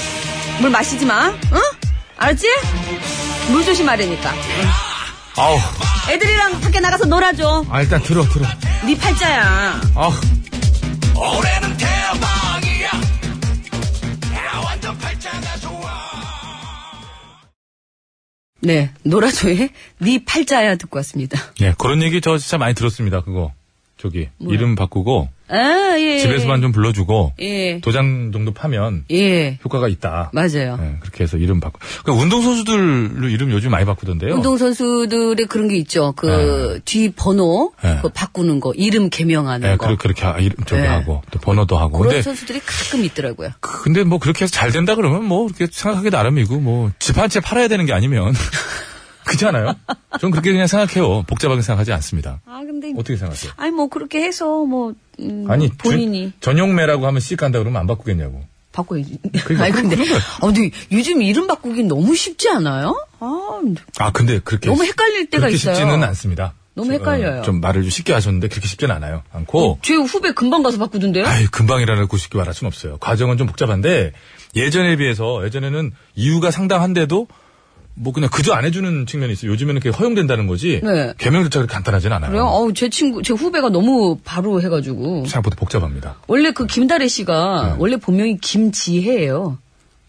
[SPEAKER 2] 물 마시지 마. 응? 알았지? 물 조심하라니까.
[SPEAKER 9] 아우,
[SPEAKER 2] 애들이랑 밖에 나가서 놀아줘.
[SPEAKER 9] 아, 일단 들어, 들어.
[SPEAKER 2] 네 팔자야.
[SPEAKER 9] 아우.
[SPEAKER 8] 올해는 대박이야 야 완전 팔자가 좋아
[SPEAKER 2] 네, 놀아줘에 네 팔자야 듣고 왔습니다.
[SPEAKER 9] 예, 그런 얘기 저 진짜 많이 들었습니다, 그거. 저기, 이름 바꾸고,
[SPEAKER 2] 아, 예.
[SPEAKER 9] 집에서만 좀 불러주고,
[SPEAKER 2] 예.
[SPEAKER 9] 도장 정도 파면
[SPEAKER 2] 예.
[SPEAKER 9] 효과가 있다.
[SPEAKER 2] 맞아요.
[SPEAKER 9] 예, 그렇게 해서 이름 바꾸. 그 운동선수들로 이름 요즘 많이 바꾸던데요.
[SPEAKER 2] 운동선수들의 그런 게 있죠. 그, 뒤 번호,
[SPEAKER 9] 네.
[SPEAKER 2] 그거 바꾸는 거, 이름 개명하는
[SPEAKER 9] 예,
[SPEAKER 2] 거.
[SPEAKER 9] 그렇게, 그렇게 하- 이름 저기
[SPEAKER 2] 네. 그렇죠.
[SPEAKER 9] 하고, 또 번호도 하고.
[SPEAKER 2] 그런
[SPEAKER 9] 근데,
[SPEAKER 2] 선수들이 가끔 있더라고요.
[SPEAKER 9] 근데 뭐 그렇게 해서 잘 된다 그러면 뭐 이렇게 생각하기 나름이고, 뭐, 집 한 채 팔아야 되는 게 아니면. <laughs> 그렇잖아요? 전 그렇게 그냥 생각해요. 복잡하게 생각하지 않습니다.
[SPEAKER 2] 아, 근데.
[SPEAKER 9] 어떻게 생각하세요?
[SPEAKER 2] 아니, 뭐, 그렇게 해서, 뭐, 음,
[SPEAKER 9] 아니,
[SPEAKER 2] 본인이.
[SPEAKER 9] 주- 전용매라고 하면 씩 간다 그러면 안 바꾸겠냐고.
[SPEAKER 2] 바꿔야지.
[SPEAKER 9] 그러니까
[SPEAKER 2] 아니, 근데,
[SPEAKER 9] 그런 거야.
[SPEAKER 2] 아, 근데 요즘 이름 바꾸기 너무 쉽지 않아요? 아,
[SPEAKER 9] 아, 근데 그렇게.
[SPEAKER 2] 너무 헷갈릴 때가
[SPEAKER 9] 그렇게
[SPEAKER 2] 있어요.
[SPEAKER 9] 쉽지는 않습니다.
[SPEAKER 2] 너무
[SPEAKER 9] 저-
[SPEAKER 2] 헷갈려요. 어.
[SPEAKER 9] 어, 좀 말을 좀 쉽게 하셨는데 그렇게 쉽지는 않아요. 않고.
[SPEAKER 2] 제 후배 금방 가서 바꾸던데요?
[SPEAKER 9] 아유, 금방이라고 쉽게 말할 순 없어요. 과정은 좀 복잡한데 예전에 비해서 예전에는 이유가 상당한데도 뭐 그냥 그저 안 해주는 측면이 있어요. 요즘에는 그게 허용된다는 거지.
[SPEAKER 2] 네.
[SPEAKER 9] 개명조차 그렇게 간단하진 않아요.
[SPEAKER 2] 그래요? 어우, 제 친구, 제 후배가 너무 바로 해가지고.
[SPEAKER 9] 생각보다 복잡합니다.
[SPEAKER 2] 원래 그 김다래 씨가,
[SPEAKER 9] 네.
[SPEAKER 2] 원래 본명이 김지혜예요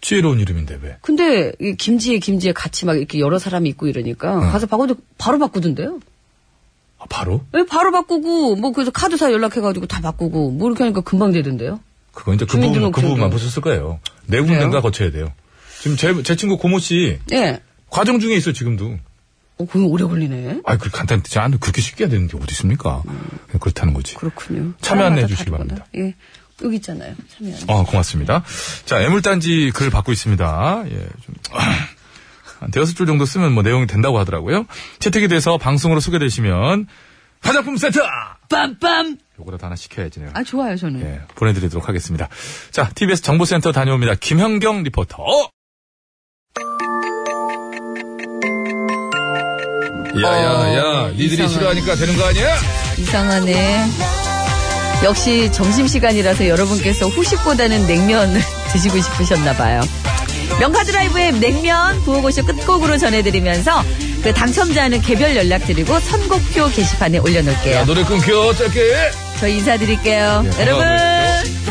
[SPEAKER 9] 지혜로운 이름인데 왜?
[SPEAKER 2] 근데 이 김지혜 김지혜 같이 막 이렇게 여러 사람이 있고 이러니까
[SPEAKER 9] 네.
[SPEAKER 2] 가서 바꿔도 바로 바꾸던데요.
[SPEAKER 9] 아, 바로?
[SPEAKER 2] 왜 바로 바꾸고 뭐 그래서 카드사 연락해가지고 다 바꾸고 뭐 이렇게 하니까 금방 되던데요.
[SPEAKER 9] 그건 이제 그 부분, 그
[SPEAKER 2] 주민등록증도.
[SPEAKER 9] 부분만 보셨을 거예요. 네 군데인가 거쳐야 돼요. 지금 제, 제 친구 고모 씨
[SPEAKER 2] 예.
[SPEAKER 9] 과정 중에 있어 지금도.
[SPEAKER 2] 어, 그럼 오래 걸리네.
[SPEAKER 9] 아이 그렇게 간단하지 않 그렇게 쉽게 해야 되는 게 어디 있습니까? 그렇다는 거지.
[SPEAKER 2] 그렇군요.
[SPEAKER 9] 참여
[SPEAKER 2] 사람마다
[SPEAKER 9] 안내해 주시기
[SPEAKER 2] 다르구나.
[SPEAKER 9] 바랍니다.
[SPEAKER 2] 예. 여기 있잖아요. 참여 안내.
[SPEAKER 9] 어, 고맙습니다. 자, 애물단지 글 받고 있습니다. 예, 좀. <clears throat> 한 대여섯 줄 정도 쓰면 뭐 내용이 된다고 하더라고요. 채택이 돼서 방송으로 소개되시면 화장품 세트!
[SPEAKER 2] 빰빰.
[SPEAKER 9] 요거라도 하나 시켜야지, 내가.
[SPEAKER 2] 아 좋아요 저는.
[SPEAKER 9] 예, 보내드리도록 하겠습니다. 자, TBS 정보센터 다녀옵니다. 김현경 리포터. 야, 야, 야, 니들이
[SPEAKER 2] 이상하네.
[SPEAKER 9] 싫어하니까 되는 거 아니야?
[SPEAKER 2] 이상하네. 역시 점심시간이라서 여러분께서 후식보다는 냉면을 <laughs> 드시고 싶으셨나봐요. 명카드라이브의 냉면 부호고쇼 끝곡으로 전해드리면서 그 당첨자는 개별 연락드리고 선곡표 게시판에 올려놓을게요.
[SPEAKER 9] 야, 노래 끊겨, 짧게.
[SPEAKER 2] 저희 인사드릴게요.
[SPEAKER 9] 예,
[SPEAKER 2] 여러분!
[SPEAKER 9] 건강하고 계십시오.